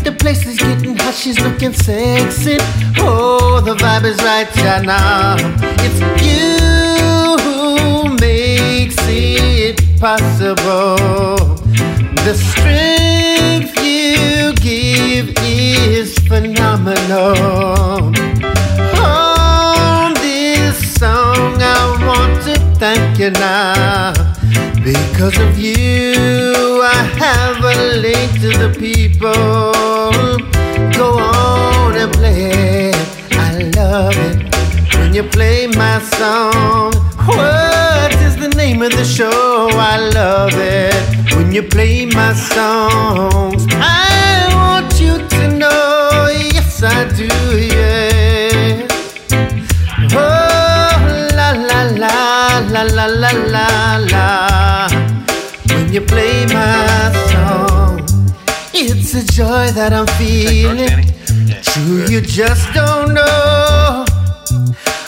S22: The place is getting hot, she's looking sexy. Oh, the vibe is right yeah, now. It's you who makes it possible. The strength you give is phenomenal. On this song, I want to thank you now. Because of you, I have a link to the people. Go on and play it. I love it when you play my song. What is the name of the show? I love it when you play my songs. I want you to know, yes, I do, yeah. Oh, la la la la la la la la. When you play my song, it's a joy that I'm feeling. True, you just don't know.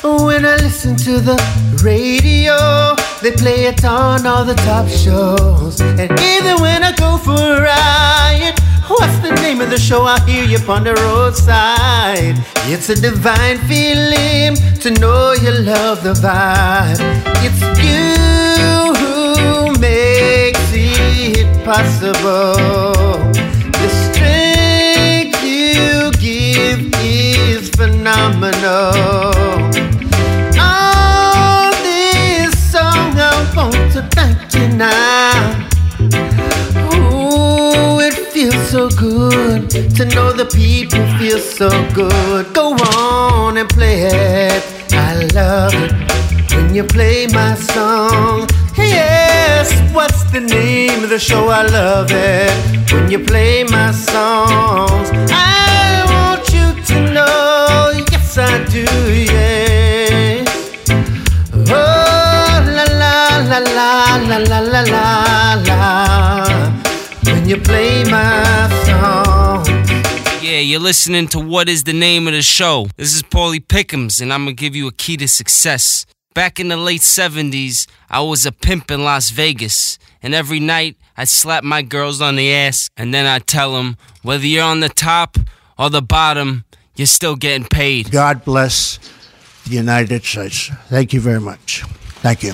S22: When I listen to the radio, they play it on all the top shows. And even when I go for a ride, what's the name of the show? I hear you on the roadside. It's a divine feeling to know you love the vibe. It's you who makes it possible. The strength you give is phenomenal. On this song, I want to thank you now. Ooh, it feels so good to know the people feel so good. Go on and play it. I love it when you play my song. Yes, what's the name of the show? I love it when you play my songs. I want you to know, yes, I do, yeah. Oh, la la la la la la la la la. When you play my song.
S5: Yeah,
S23: you're listening to What is the Name of the Show? This is Paulie Pickums, and I'm gonna give you a key to success. Back in the late 70s, I was a pimp in Las Vegas, and every night I'd slap my girls on the ass, and then I'd tell them whether you're on the top or the bottom, you're still getting paid.
S22: God bless the United States. Thank you very much. Thank you.